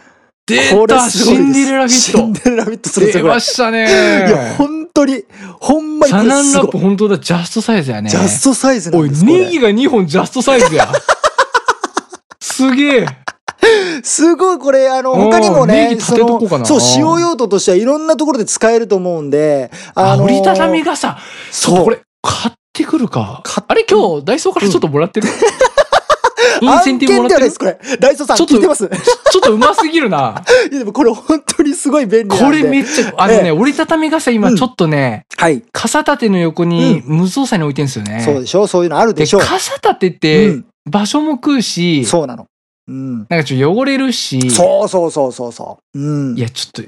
Speaker 2: 出
Speaker 1: これ
Speaker 2: た
Speaker 1: すご
Speaker 2: シ
Speaker 1: いです
Speaker 2: ンデレラフィ
Speaker 1: シン
Speaker 2: ッ
Speaker 1: デレラフィットす
Speaker 2: ト
Speaker 1: るんです
Speaker 2: 出
Speaker 1: よ、これ
Speaker 2: ましたね。
Speaker 1: いや、本当に、ほんまにこ
Speaker 2: サ
Speaker 1: れ
Speaker 2: ナン
Speaker 1: す
Speaker 2: ラッ
Speaker 1: ご
Speaker 2: プ
Speaker 1: い。
Speaker 2: 本当だ、ジャストサイズやね。
Speaker 1: ジャストサイズな
Speaker 2: お
Speaker 1: ん
Speaker 2: い、
Speaker 1: ですこれ
Speaker 2: ネギが2本ジャストサイズや。 すげえ。
Speaker 1: すごいこれ、あの、
Speaker 2: うん
Speaker 1: 他にも
Speaker 2: ネ
Speaker 1: ね、
Speaker 2: ギ立
Speaker 1: そ
Speaker 2: てとこうか
Speaker 1: の、
Speaker 2: な
Speaker 1: そう、使用用途としてはいろんなところで使えると思うんで、
Speaker 2: あ
Speaker 1: の
Speaker 2: 折りたたみ傘。
Speaker 1: そう
Speaker 2: これ、買ってくるか
Speaker 1: 買っ。
Speaker 2: あれ、今日、ダイソーからちょっともらってる。インセンティブも
Speaker 1: 案件
Speaker 2: ら
Speaker 1: で
Speaker 2: っ
Speaker 1: は
Speaker 2: て
Speaker 1: ない
Speaker 2: る
Speaker 1: で。す、これ。ダイソーさん、
Speaker 2: ちょっと
Speaker 1: 聞いてます。い
Speaker 2: ちょっとうますぎるな。
Speaker 1: や、でもこれ本当にすごい便利なんで。
Speaker 2: これめっちゃ、あの
Speaker 1: ええ
Speaker 2: ね、折りたたみ傘今ちょっとね、
Speaker 1: はい。
Speaker 2: 傘立ての横に無造作に置いてんすよね。
Speaker 1: そうでしょそういうのあるで
Speaker 2: で
Speaker 1: しょう。
Speaker 2: 傘立て
Speaker 1: う
Speaker 2: って
Speaker 1: ん
Speaker 2: 場所も食うし、
Speaker 1: そうなの。うん。
Speaker 2: なんかちょっと汚れるし、
Speaker 1: そうそうそうそうそう。うん
Speaker 2: い。や、ちょっと、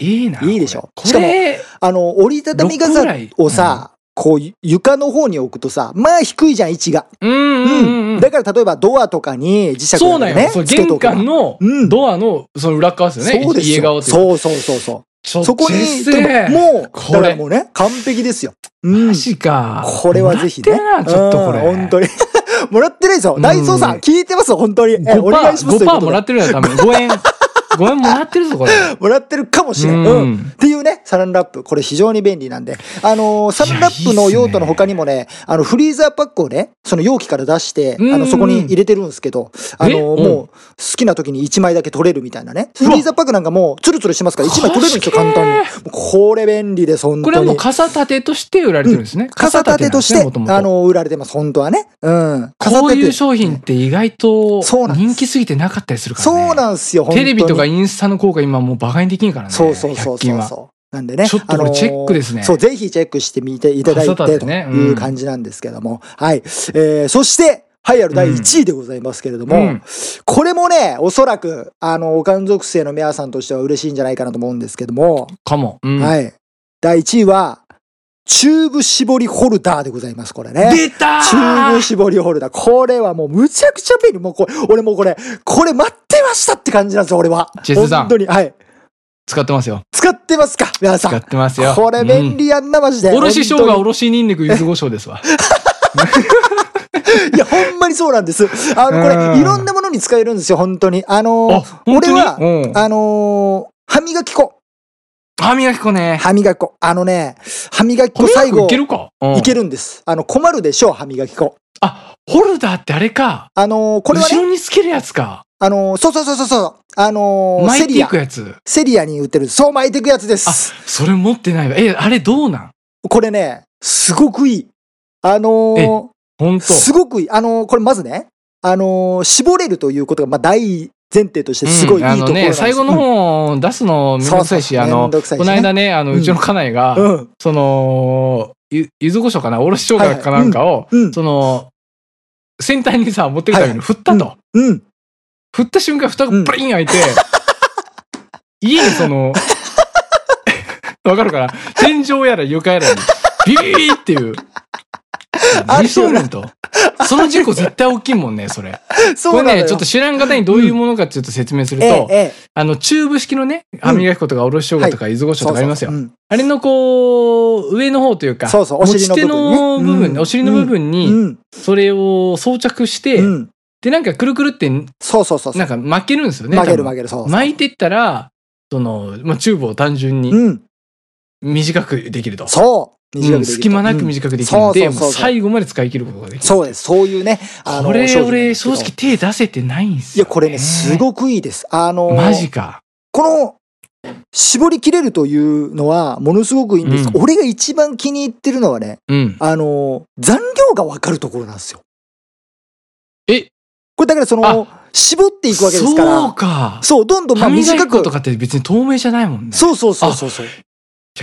Speaker 2: いいな。
Speaker 1: いいでしょ
Speaker 2: これ、
Speaker 1: あの、折りたたみ
Speaker 2: 六ぐら
Speaker 1: 傘
Speaker 2: い
Speaker 1: をさ、こう、床の方に置くとさ、まあ低いじゃん、位置が。
Speaker 2: うんうんうんうん。
Speaker 1: だから例えばドアとかに磁石
Speaker 2: そう
Speaker 1: を
Speaker 2: なん
Speaker 1: ね
Speaker 2: よ。そう
Speaker 1: つけと
Speaker 2: 玄
Speaker 1: くから
Speaker 2: 関の
Speaker 1: うん
Speaker 2: ドアのその裏側ですよね。
Speaker 1: そうですよ
Speaker 2: 家側っていうか
Speaker 1: そうそうそうそ
Speaker 2: ちょ
Speaker 1: うそこに
Speaker 2: 実
Speaker 1: で
Speaker 2: 践
Speaker 1: ももう
Speaker 2: こ
Speaker 1: だ
Speaker 2: れ
Speaker 1: からもうね完璧ですよ、うん、
Speaker 2: マジか。
Speaker 1: これはぜひね
Speaker 2: もらってるな、ちょっとこれ。
Speaker 1: うん本当に もらってないですよ
Speaker 2: うん
Speaker 1: ダイソーさん聞いてます本当にえお願いしますという
Speaker 2: 5%
Speaker 1: こ
Speaker 2: も
Speaker 1: と
Speaker 2: ら
Speaker 1: で
Speaker 2: ってるよ、多分。5円。5円もらってるぞ、これ。
Speaker 1: もらってるかもしれん、
Speaker 2: う
Speaker 1: うんんっていうね、サランラップ。これ非常に便利なんで。あのーサランラップの用途の他にもね、あの、フリーザーパックをね、その容器から出して、
Speaker 2: うんうん
Speaker 1: あの、そこに入れてるんですけど、あのー
Speaker 2: えうん
Speaker 1: もう、好きな時に1枚だけ取れるみたいなね。
Speaker 2: うわ
Speaker 1: フリーザーパックなんかもう、ツルツルしてますから、1枚取れるんですよ、
Speaker 2: 賢
Speaker 1: 簡
Speaker 2: い
Speaker 1: 単に。もうこれ便利です、本
Speaker 2: これ
Speaker 1: 当
Speaker 2: はもう
Speaker 1: に。
Speaker 2: 傘立てとして売られてるんですね。
Speaker 1: 傘立てとして、
Speaker 2: 傘立なんですね元々
Speaker 1: あのー売られてます、本当はね。うん。傘
Speaker 2: こう
Speaker 1: 立
Speaker 2: い
Speaker 1: て
Speaker 2: う。商品って意外と
Speaker 1: そうなんです
Speaker 2: 人気すぎてなかったりするからね。
Speaker 1: そうなんですよ、本当
Speaker 2: テ
Speaker 1: に。
Speaker 2: レビとかインスタの効果今もうバカにできんからね。
Speaker 1: そうそうそう
Speaker 2: 100均
Speaker 1: そう
Speaker 2: は
Speaker 1: そう。なんでね。
Speaker 2: ちょっとこ
Speaker 1: あ
Speaker 2: れ
Speaker 1: のー
Speaker 2: チェックですね
Speaker 1: そう、ぜひチェックしてみていただい
Speaker 2: 傘立
Speaker 1: て
Speaker 2: て
Speaker 1: と
Speaker 2: ね
Speaker 1: いううん感じなんですけども。はい。えーそして、栄えある第1位でございますけれども、
Speaker 2: うん
Speaker 1: これもね、おそらく、あの、おかん属性のメアさんとしては嬉しいんじゃないかなと思うんですけども、
Speaker 2: かも。うん
Speaker 1: はい。第1位は、チューブ絞りホルダーでございます、これね。
Speaker 2: 出た
Speaker 1: チューブ絞りホルダー。これはもうむちゃくちゃ便利。もうこれ、俺もうこれ、これ待ってましたって感じなんですよ、俺は。
Speaker 2: ジェスさん
Speaker 1: 本当に。はい。
Speaker 2: 使ってますよ。
Speaker 1: 使ってますか皆さ
Speaker 2: 使
Speaker 1: ん
Speaker 2: っ。てますよ。
Speaker 1: これ便利やんな、マジで。
Speaker 2: うん。おろし生姜、お
Speaker 1: 本
Speaker 2: ろしニンニク、ゆず胡椒ですわ。
Speaker 1: 当にいや、ほんまにそうなんです。あの、こ
Speaker 2: う
Speaker 1: れ、
Speaker 2: ん
Speaker 1: いろんなものに使えるんですよ、本当に。あのー
Speaker 2: あ、本当に
Speaker 1: 俺は
Speaker 2: うん
Speaker 1: あのー歯磨き粉。
Speaker 2: 歯磨き粉ね。
Speaker 1: 歯磨き粉。あのね、歯磨き
Speaker 2: 歯
Speaker 1: 粉最後、
Speaker 2: 磨き粉いけるかうん
Speaker 1: いけるんです。あの、困るでしょう、歯磨き粉。
Speaker 2: あ、ホルダーってあれか。
Speaker 1: あのーこれは
Speaker 2: 後
Speaker 1: ね、
Speaker 2: ろにつけるやつか。
Speaker 1: あのーそうそうそうそうそう、あのー
Speaker 2: 巻
Speaker 1: セ
Speaker 2: いて
Speaker 1: リ
Speaker 2: い
Speaker 1: ア
Speaker 2: く、やつ。
Speaker 1: セリアに売ってる、そう巻いていくやつで
Speaker 2: あ、
Speaker 1: す。
Speaker 2: それ持ってないわ。え、あれどうなん
Speaker 1: これね、すごくいい。あの
Speaker 2: ほん
Speaker 1: ー
Speaker 2: と。
Speaker 1: すごくいい。あのーこれまずね、あのー絞れるということが、まあ、大前提としてすごいいい
Speaker 2: うん
Speaker 1: ところなん
Speaker 2: あの
Speaker 1: で
Speaker 2: ね、
Speaker 1: す、うん、
Speaker 2: 最後の方出すのめんどくさいし、
Speaker 1: そうそ
Speaker 2: あ
Speaker 1: うめ
Speaker 2: の
Speaker 1: ん、どくさいし
Speaker 2: こ
Speaker 1: ね
Speaker 2: の間ね、あの、
Speaker 1: うん
Speaker 2: うちの家内が、
Speaker 1: うん。
Speaker 2: その、ゆゆず胡椒かなおろし生姜かなんかを、
Speaker 1: うん。
Speaker 2: その、先端にさ、持ってくために振ったと。
Speaker 1: うん。
Speaker 2: 振った瞬間、蓋がプリン開いて、家にその、 わかるかな天井やら床やらに、ビビビビっていう。
Speaker 1: あるよな
Speaker 2: 何しとんねんと。その事故絶対大きいもんね、それ。
Speaker 1: そ
Speaker 2: こ
Speaker 1: う
Speaker 2: れ
Speaker 1: なの
Speaker 2: ね、
Speaker 1: よ
Speaker 2: ちょっと知らん方にどういうものかちょっと説明する
Speaker 1: え
Speaker 2: と、
Speaker 1: え、え
Speaker 2: あの、チューブ式のね、歯磨き粉とかおろし生姜とか、伊豆胡
Speaker 1: え。
Speaker 2: 椒とかありますよ。
Speaker 1: そうそううん
Speaker 2: あれのこう、上の方というか、
Speaker 1: そうそうお
Speaker 2: 持
Speaker 1: 尻
Speaker 2: ち
Speaker 1: の部分ね
Speaker 2: 手の部分
Speaker 1: うん
Speaker 2: ね、お尻の部分に、
Speaker 1: うん。
Speaker 2: それを装着して、
Speaker 1: うん。
Speaker 2: で、なんかくるくるって、
Speaker 1: そうそうそうそう。
Speaker 2: なんか巻けるんですよね。
Speaker 1: 曲げる
Speaker 2: 多
Speaker 1: 曲
Speaker 2: 分
Speaker 1: げる、そうそう。
Speaker 2: 巻いてったら、その、まあ、チューブを単純に
Speaker 1: うん。
Speaker 2: 短くできると。
Speaker 1: そう。短く
Speaker 2: う
Speaker 1: で
Speaker 2: ん
Speaker 1: きる
Speaker 2: 隙間なく
Speaker 1: うん
Speaker 2: 短くできるので、
Speaker 1: うんそう
Speaker 2: も
Speaker 1: そうそう
Speaker 2: う
Speaker 1: そう
Speaker 2: 最後まで使い切ることができる。
Speaker 1: そうです。そういうね。
Speaker 2: これ、俺、正。
Speaker 1: 商
Speaker 2: 直
Speaker 1: 品
Speaker 2: 手出せてないんです
Speaker 1: いや、
Speaker 2: よ、
Speaker 1: これね、す
Speaker 2: い。
Speaker 1: ごくいいです。あのー、
Speaker 2: マジか。
Speaker 1: この、絞り切れるというのは、ものすごくいいんです、
Speaker 2: うん
Speaker 1: 俺が一番気に入ってるのはね、
Speaker 2: うん。
Speaker 1: あのー、残量がわかるところなんですよ。
Speaker 2: え、
Speaker 1: これだからその、絞っていくわけですから。
Speaker 2: そうか。
Speaker 1: そう、どんどんま
Speaker 2: 歯
Speaker 1: あ
Speaker 2: 磨
Speaker 1: 短
Speaker 2: き粉
Speaker 1: く。
Speaker 2: とかって別に透明じゃないもんね。
Speaker 1: そうそうそうそうそう。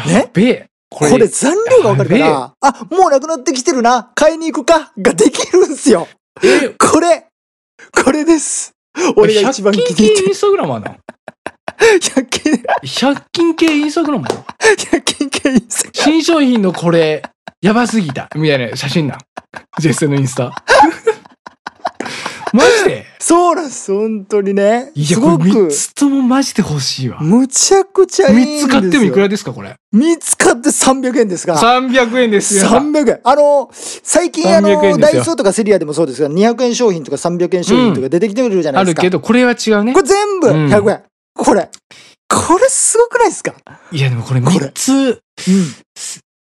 Speaker 2: やっべえ。
Speaker 1: こ
Speaker 2: これ
Speaker 1: れ残量がわかるか
Speaker 2: や
Speaker 1: ら、あ、もうなくなってきてるな、買いに行くか、ができるんすよ。
Speaker 2: え、
Speaker 1: これ、これです。俺が一番気
Speaker 2: 100
Speaker 1: に
Speaker 2: 均
Speaker 1: 入っ
Speaker 2: 系インスタグラマーなの。
Speaker 1: てる。100均、
Speaker 2: 100均系インスタグラマーなの。
Speaker 1: 100均系インスタ
Speaker 2: 新商品のこれ、やばすぎた。みたいな写真な。ジェスのインスタ。 マジで
Speaker 1: そうなんです、本当にね。
Speaker 2: い
Speaker 1: す
Speaker 2: や、これ
Speaker 1: ご
Speaker 2: 3
Speaker 1: く、
Speaker 2: つともマジで欲しいわ。
Speaker 1: むちゃくちゃいいんで
Speaker 2: 3
Speaker 1: す
Speaker 2: つ
Speaker 1: よ。
Speaker 2: 買ってもいくらですかこれ。
Speaker 1: 見つかって300円ですが。
Speaker 2: 300円ですよ。
Speaker 1: 300円。あの、最近あ
Speaker 2: 300円
Speaker 1: の、
Speaker 2: で
Speaker 1: ダ
Speaker 2: すよ
Speaker 1: イソーとかセリアでもそうですが、200円商品とか300円商品とか出てきてるじゃな
Speaker 2: あ
Speaker 1: いで
Speaker 2: る
Speaker 1: すか。
Speaker 2: けど、これは違うね
Speaker 1: こ。れ全部
Speaker 2: うん
Speaker 1: 100円。これ。これすごくないですか
Speaker 2: いや、でもこれ
Speaker 1: これ
Speaker 2: 3つ、
Speaker 1: うん。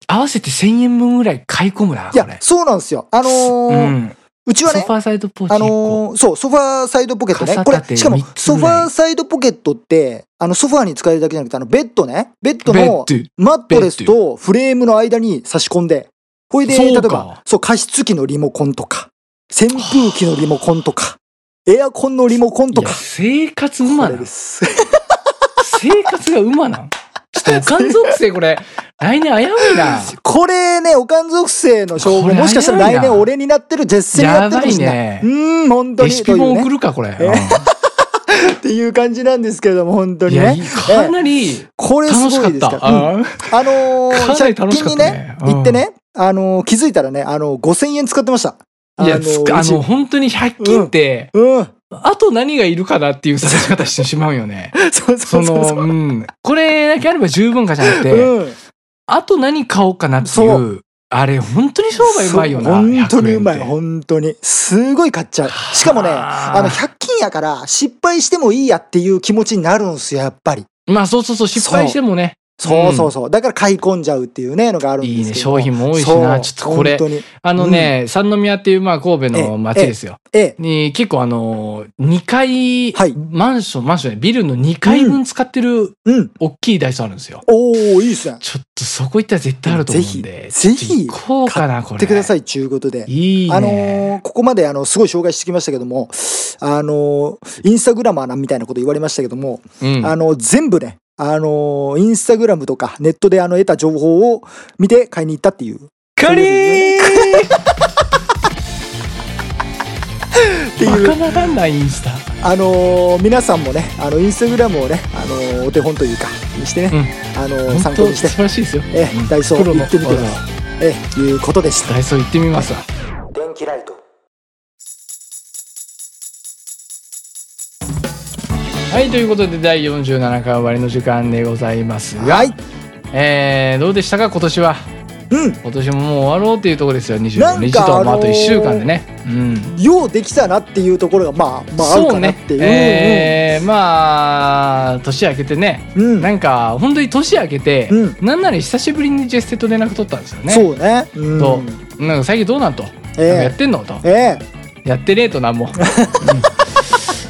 Speaker 2: 合わせて1000円分ぐらい買い込むな、
Speaker 1: い
Speaker 2: こ
Speaker 1: や
Speaker 2: れ、。
Speaker 1: そうなんですよ。あの
Speaker 2: う
Speaker 1: ー
Speaker 2: ん。
Speaker 1: うちは
Speaker 2: ソ
Speaker 1: ね
Speaker 2: フ、ァーサイドポーチ
Speaker 1: あ
Speaker 2: 1個。
Speaker 1: のーそう、ソファーサイドポケットね。
Speaker 2: 傘
Speaker 1: これ
Speaker 2: 立、て
Speaker 1: しかも
Speaker 2: 三、つ
Speaker 1: ソ
Speaker 2: ぐ
Speaker 1: フ
Speaker 2: らい
Speaker 1: ァーサイドポケットって、あの、ソファーに使えるだけじゃなくて、あの、ベッドね。ベッド
Speaker 2: ベッ
Speaker 1: の
Speaker 2: ド
Speaker 1: マットレスとフレームの間に差し込んで、ほいで、
Speaker 2: そう
Speaker 1: 例え
Speaker 2: か
Speaker 1: ば、そう、加湿器のリモコンとか、扇風機のリモコンとか、エアコンのリモコンと
Speaker 2: い
Speaker 1: か
Speaker 2: や、生活馬
Speaker 1: こ
Speaker 2: な
Speaker 1: れ
Speaker 2: ん
Speaker 1: で。す。
Speaker 2: 生活が馬なん。ちょっとおかん属性これ、来年危ういな。
Speaker 1: これね、おかん属性の称
Speaker 2: こ
Speaker 1: 号、
Speaker 2: れ
Speaker 1: もしかしたら来
Speaker 2: 早い
Speaker 1: 年
Speaker 2: な
Speaker 1: 俺になってる、絶世になってるかもしれない。
Speaker 2: やば
Speaker 1: う
Speaker 2: い
Speaker 1: ーん、本当
Speaker 2: レ
Speaker 1: に。
Speaker 2: シ
Speaker 1: と
Speaker 2: ピ
Speaker 1: いう
Speaker 2: 本
Speaker 1: ね
Speaker 2: 送るか、これ。
Speaker 1: えっていう感じなんですけれども、本当
Speaker 2: うんい
Speaker 1: に
Speaker 2: や、
Speaker 1: ね。
Speaker 2: かなり
Speaker 1: これす
Speaker 2: 楽し
Speaker 1: ご
Speaker 2: か
Speaker 1: い
Speaker 2: っ
Speaker 1: ですから。
Speaker 2: た。
Speaker 1: うん
Speaker 2: あー
Speaker 1: あのー、
Speaker 2: かなり楽しかったね
Speaker 1: 100均にね、行ってね、あのー気づいたらね、あのー、5000円使ってました。
Speaker 2: いや、つ
Speaker 1: ー
Speaker 2: あ
Speaker 1: うち
Speaker 2: の、本当に100均って、
Speaker 1: うん。
Speaker 2: あと何がいるかなっていう探し方してしまうよね。
Speaker 1: そう そ
Speaker 2: そう
Speaker 1: そう
Speaker 2: の、
Speaker 1: そう。
Speaker 2: うん。これだけあれば十分かじゃなくて、
Speaker 1: うん、
Speaker 2: あと何買おうかなってい、
Speaker 1: そう
Speaker 2: あれ、本当に商売うまいよな。
Speaker 1: そう本当にうまい、
Speaker 2: 100円って
Speaker 1: 本当に。すごい買っちゃう。しかもね、
Speaker 2: はあ
Speaker 1: あの、100均やから、失敗してもいいやっていう気持ちになるんすよ、やっぱり。
Speaker 2: まあ、そうそうそう、失敗してもね。
Speaker 1: そうそうそう。だから買い込んじゃうっていうね、のがあるんですけど
Speaker 2: いいね商品も多いしな
Speaker 1: そう
Speaker 2: ちょっとこれ
Speaker 1: 本当に。
Speaker 2: あのね、三宮っていう、まあ、神戸の町ですよ。
Speaker 1: ええ。
Speaker 2: に、結構あの、2階、
Speaker 1: はい
Speaker 2: マンション、マンションね、ビルの2階分使ってる、
Speaker 1: うん。
Speaker 2: 大きいダイソーあるんですよ。
Speaker 1: おー、いいっすね。
Speaker 2: ちょっとそこ行ったら絶対あると思うんで。
Speaker 1: ぜひぜひ
Speaker 2: ちょっと行こうかな、こ
Speaker 1: 買
Speaker 2: れ。
Speaker 1: ってくださ
Speaker 2: い。
Speaker 1: い、ちゅうことで。
Speaker 2: いいね。
Speaker 1: あのーここまであのすごい紹介してきましたけども、あのーインスタグラマーなんみたいなこと言われましたけども、
Speaker 2: うん
Speaker 1: あの全部ね、あのーインスタグラムとかネットであの得た情報を見て買いに行ったっていう。
Speaker 2: カレー
Speaker 1: ていう
Speaker 2: バカならんないインスタ。
Speaker 1: あのー皆さんもねあのインスタグラムをね、あのーお手本というかにしてね、あのー参考に
Speaker 2: 素
Speaker 1: して、
Speaker 2: 晴らしいですよ。
Speaker 1: ええ
Speaker 2: うん
Speaker 1: ダイソー
Speaker 2: プロの
Speaker 1: 行ってみてくだ
Speaker 2: 技
Speaker 1: さい。ええいうことでした。
Speaker 2: ダイソー行ってみますわ。
Speaker 1: 電気ライト。
Speaker 2: はい、ということで第47回終わりの時間でございますが、
Speaker 1: はい。
Speaker 2: えーどうでしたか今年は。
Speaker 1: う
Speaker 2: 今年ももう終わろうっていうところですよ。
Speaker 1: な
Speaker 2: 25
Speaker 1: ん
Speaker 2: 日
Speaker 1: か
Speaker 2: と、まあ、あと
Speaker 1: あのー
Speaker 2: 1週間でね。うん。
Speaker 1: ん。ようできたなっていうところがまあまあある
Speaker 2: そ
Speaker 1: か
Speaker 2: う
Speaker 1: な
Speaker 2: ね
Speaker 1: っ。ていう。
Speaker 2: えーまあ年明けてね。
Speaker 1: うんうん。
Speaker 2: なんか本当に年明けて、
Speaker 1: うん
Speaker 2: なんなら久しぶりにジェステッド連絡取ったんですよね。
Speaker 1: そうね。うん
Speaker 2: となんか最近どうなんと、なんかやっ
Speaker 1: え
Speaker 2: てんのと
Speaker 1: え。ええ。
Speaker 2: やってねえとなんも、うん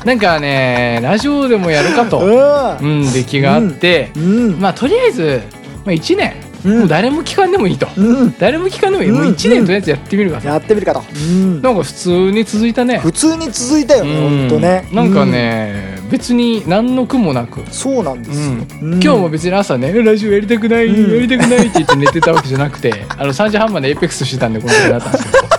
Speaker 2: なんかねラジオでもやるかと、う、
Speaker 1: うん
Speaker 2: で気があって、
Speaker 1: ん。うん。
Speaker 2: まあとりあえず、まあ、1年、
Speaker 1: うん
Speaker 2: もう誰も聞かんでもいいと、
Speaker 1: うん。
Speaker 2: 誰も聞かんでもいい、もう
Speaker 1: うん
Speaker 2: 1年とりあえずやってみるかと、
Speaker 1: やってみるかと。うん。
Speaker 2: なんか普通に続いたね
Speaker 1: 普通に続いたよね。
Speaker 2: う
Speaker 1: 本
Speaker 2: ん
Speaker 1: 当ね。
Speaker 2: なんかね、別に何の苦もなく
Speaker 1: うん。そうなんですよ。
Speaker 2: うん今日も別に朝ね「ラジオやりたくない、
Speaker 1: うん
Speaker 2: やりたくない」って言って寝てたわけじゃな くてあの3時半までエイペックスしてたんでこの時間だったんですけど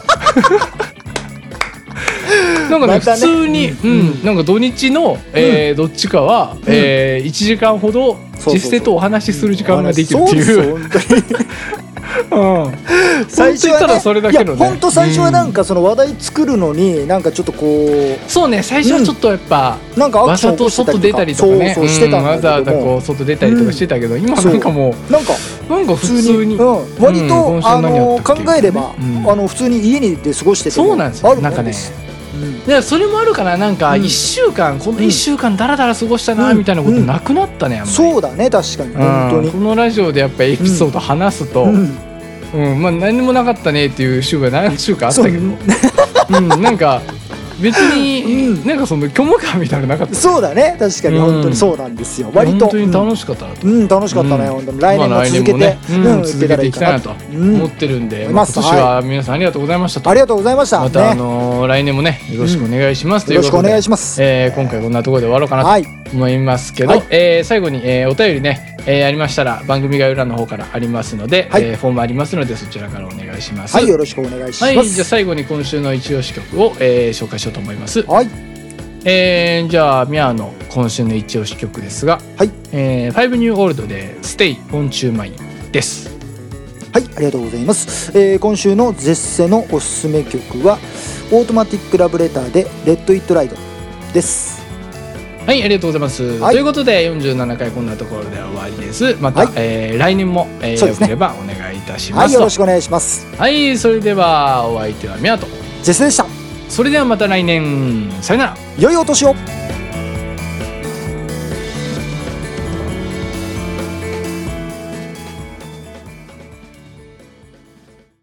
Speaker 2: なんかね
Speaker 1: またね
Speaker 2: 普通に、
Speaker 1: う
Speaker 2: うんんなんか土日の、えーどっちかは、え1時間ほ
Speaker 1: そう
Speaker 2: ど
Speaker 1: そうそう
Speaker 2: 実ステとお話しする時間ができるっていう
Speaker 1: そうです本当に
Speaker 2: うん
Speaker 1: 最初は、ね、
Speaker 2: 本当にただそれだけのね
Speaker 1: いや本当最初はなんかその話題作るのに、なんかちょっとこう
Speaker 2: そうね最初はちょっとやっぱ、
Speaker 1: なんかア
Speaker 2: わ
Speaker 1: クション起
Speaker 2: ざ
Speaker 1: ことしてたり
Speaker 2: 外
Speaker 1: とか
Speaker 2: 出たりとかね
Speaker 1: そうそうしてた
Speaker 2: うんわ
Speaker 1: ん
Speaker 2: ざ
Speaker 1: だ
Speaker 2: わ
Speaker 1: け
Speaker 2: ざ
Speaker 1: ども、
Speaker 2: こう外出たりとかしてたけど、今なんかも
Speaker 1: なんか
Speaker 2: うなんか普通に
Speaker 1: うん、割と、
Speaker 2: うん今週
Speaker 1: あ
Speaker 2: 何や
Speaker 1: の
Speaker 2: ったっけ
Speaker 1: 考えれば、
Speaker 2: うん
Speaker 1: あの普通に家にで過ごしてても
Speaker 2: そうなんですよ
Speaker 1: あるも
Speaker 2: なんかね
Speaker 1: です
Speaker 2: だからそれもあるからなんか
Speaker 1: うん
Speaker 2: 1週間、この1週間だらだら過ごしたな
Speaker 1: うん
Speaker 2: みたいなことなくなったね、あんまり
Speaker 1: そうだね確かに
Speaker 2: うん
Speaker 1: 本当に
Speaker 2: このラジオでやっぱエピソード話すと、う
Speaker 1: うんん
Speaker 2: まあ、何もなかったねっていう週が何週間あったけど、う、
Speaker 1: そうん
Speaker 2: なんか別に、
Speaker 1: うん
Speaker 2: なんかその虚無感みたいなのなかった
Speaker 1: そうだね確かに
Speaker 2: うん
Speaker 1: 本当にそうなんですよ、割と
Speaker 2: 本当に楽しかったなと、
Speaker 1: うんうん楽しかったね、
Speaker 2: うん
Speaker 1: 本当に来年
Speaker 2: まあ
Speaker 1: も
Speaker 2: 来
Speaker 1: 続
Speaker 2: 年
Speaker 1: け
Speaker 2: も
Speaker 1: て
Speaker 2: ね、うん
Speaker 1: うん
Speaker 2: 続けていきたいなと
Speaker 1: うん
Speaker 2: 思ってるんで、
Speaker 1: うん
Speaker 2: まあ、今年は皆さんありがとうございましたと、
Speaker 1: ありがとうございました
Speaker 2: また、あ
Speaker 1: ね、
Speaker 2: のー来年もねよろしくお願いします、とい
Speaker 1: よ
Speaker 2: う
Speaker 1: ろ
Speaker 2: こ
Speaker 1: しく
Speaker 2: と
Speaker 1: お
Speaker 2: で
Speaker 1: 願いします
Speaker 2: えー今回こんなところで終わろうかなと
Speaker 1: はい
Speaker 2: 思いますけど、
Speaker 1: はい
Speaker 2: えー最後に、えーお便りね、えーありましたら番組概要欄の方からありますので、
Speaker 1: はい
Speaker 2: えーフォームありますのでそちらからお願いします。
Speaker 1: はい、よろしくお願いします。
Speaker 2: はいじゃあ最後に今週の一押し曲を、えー紹介しようと思います。
Speaker 1: はい、
Speaker 2: えーじゃあミャーの今週の一押し曲ですが、
Speaker 1: はい
Speaker 2: えー、Five New Old で Stay on to Mine です。
Speaker 1: はい、ありがとうございます。えー今週の絶世のおすすめ曲は、オートマティックラブレターで、レッド・イット・ライドです。
Speaker 2: はい、ありがとうございます。
Speaker 1: はい
Speaker 2: ということで、47回こんなところで終わりです。また、
Speaker 1: はい
Speaker 2: えー来年も、えー
Speaker 1: そうで
Speaker 2: よ
Speaker 1: すね
Speaker 2: ければお願いいたしま
Speaker 1: はい、
Speaker 2: す
Speaker 1: よ
Speaker 2: と。は
Speaker 1: ろ
Speaker 2: い、
Speaker 1: しくお願いします。
Speaker 2: それではお相手はミャーと。
Speaker 1: 絶世でした。
Speaker 2: それではまた来年さよなら
Speaker 1: 良いお年を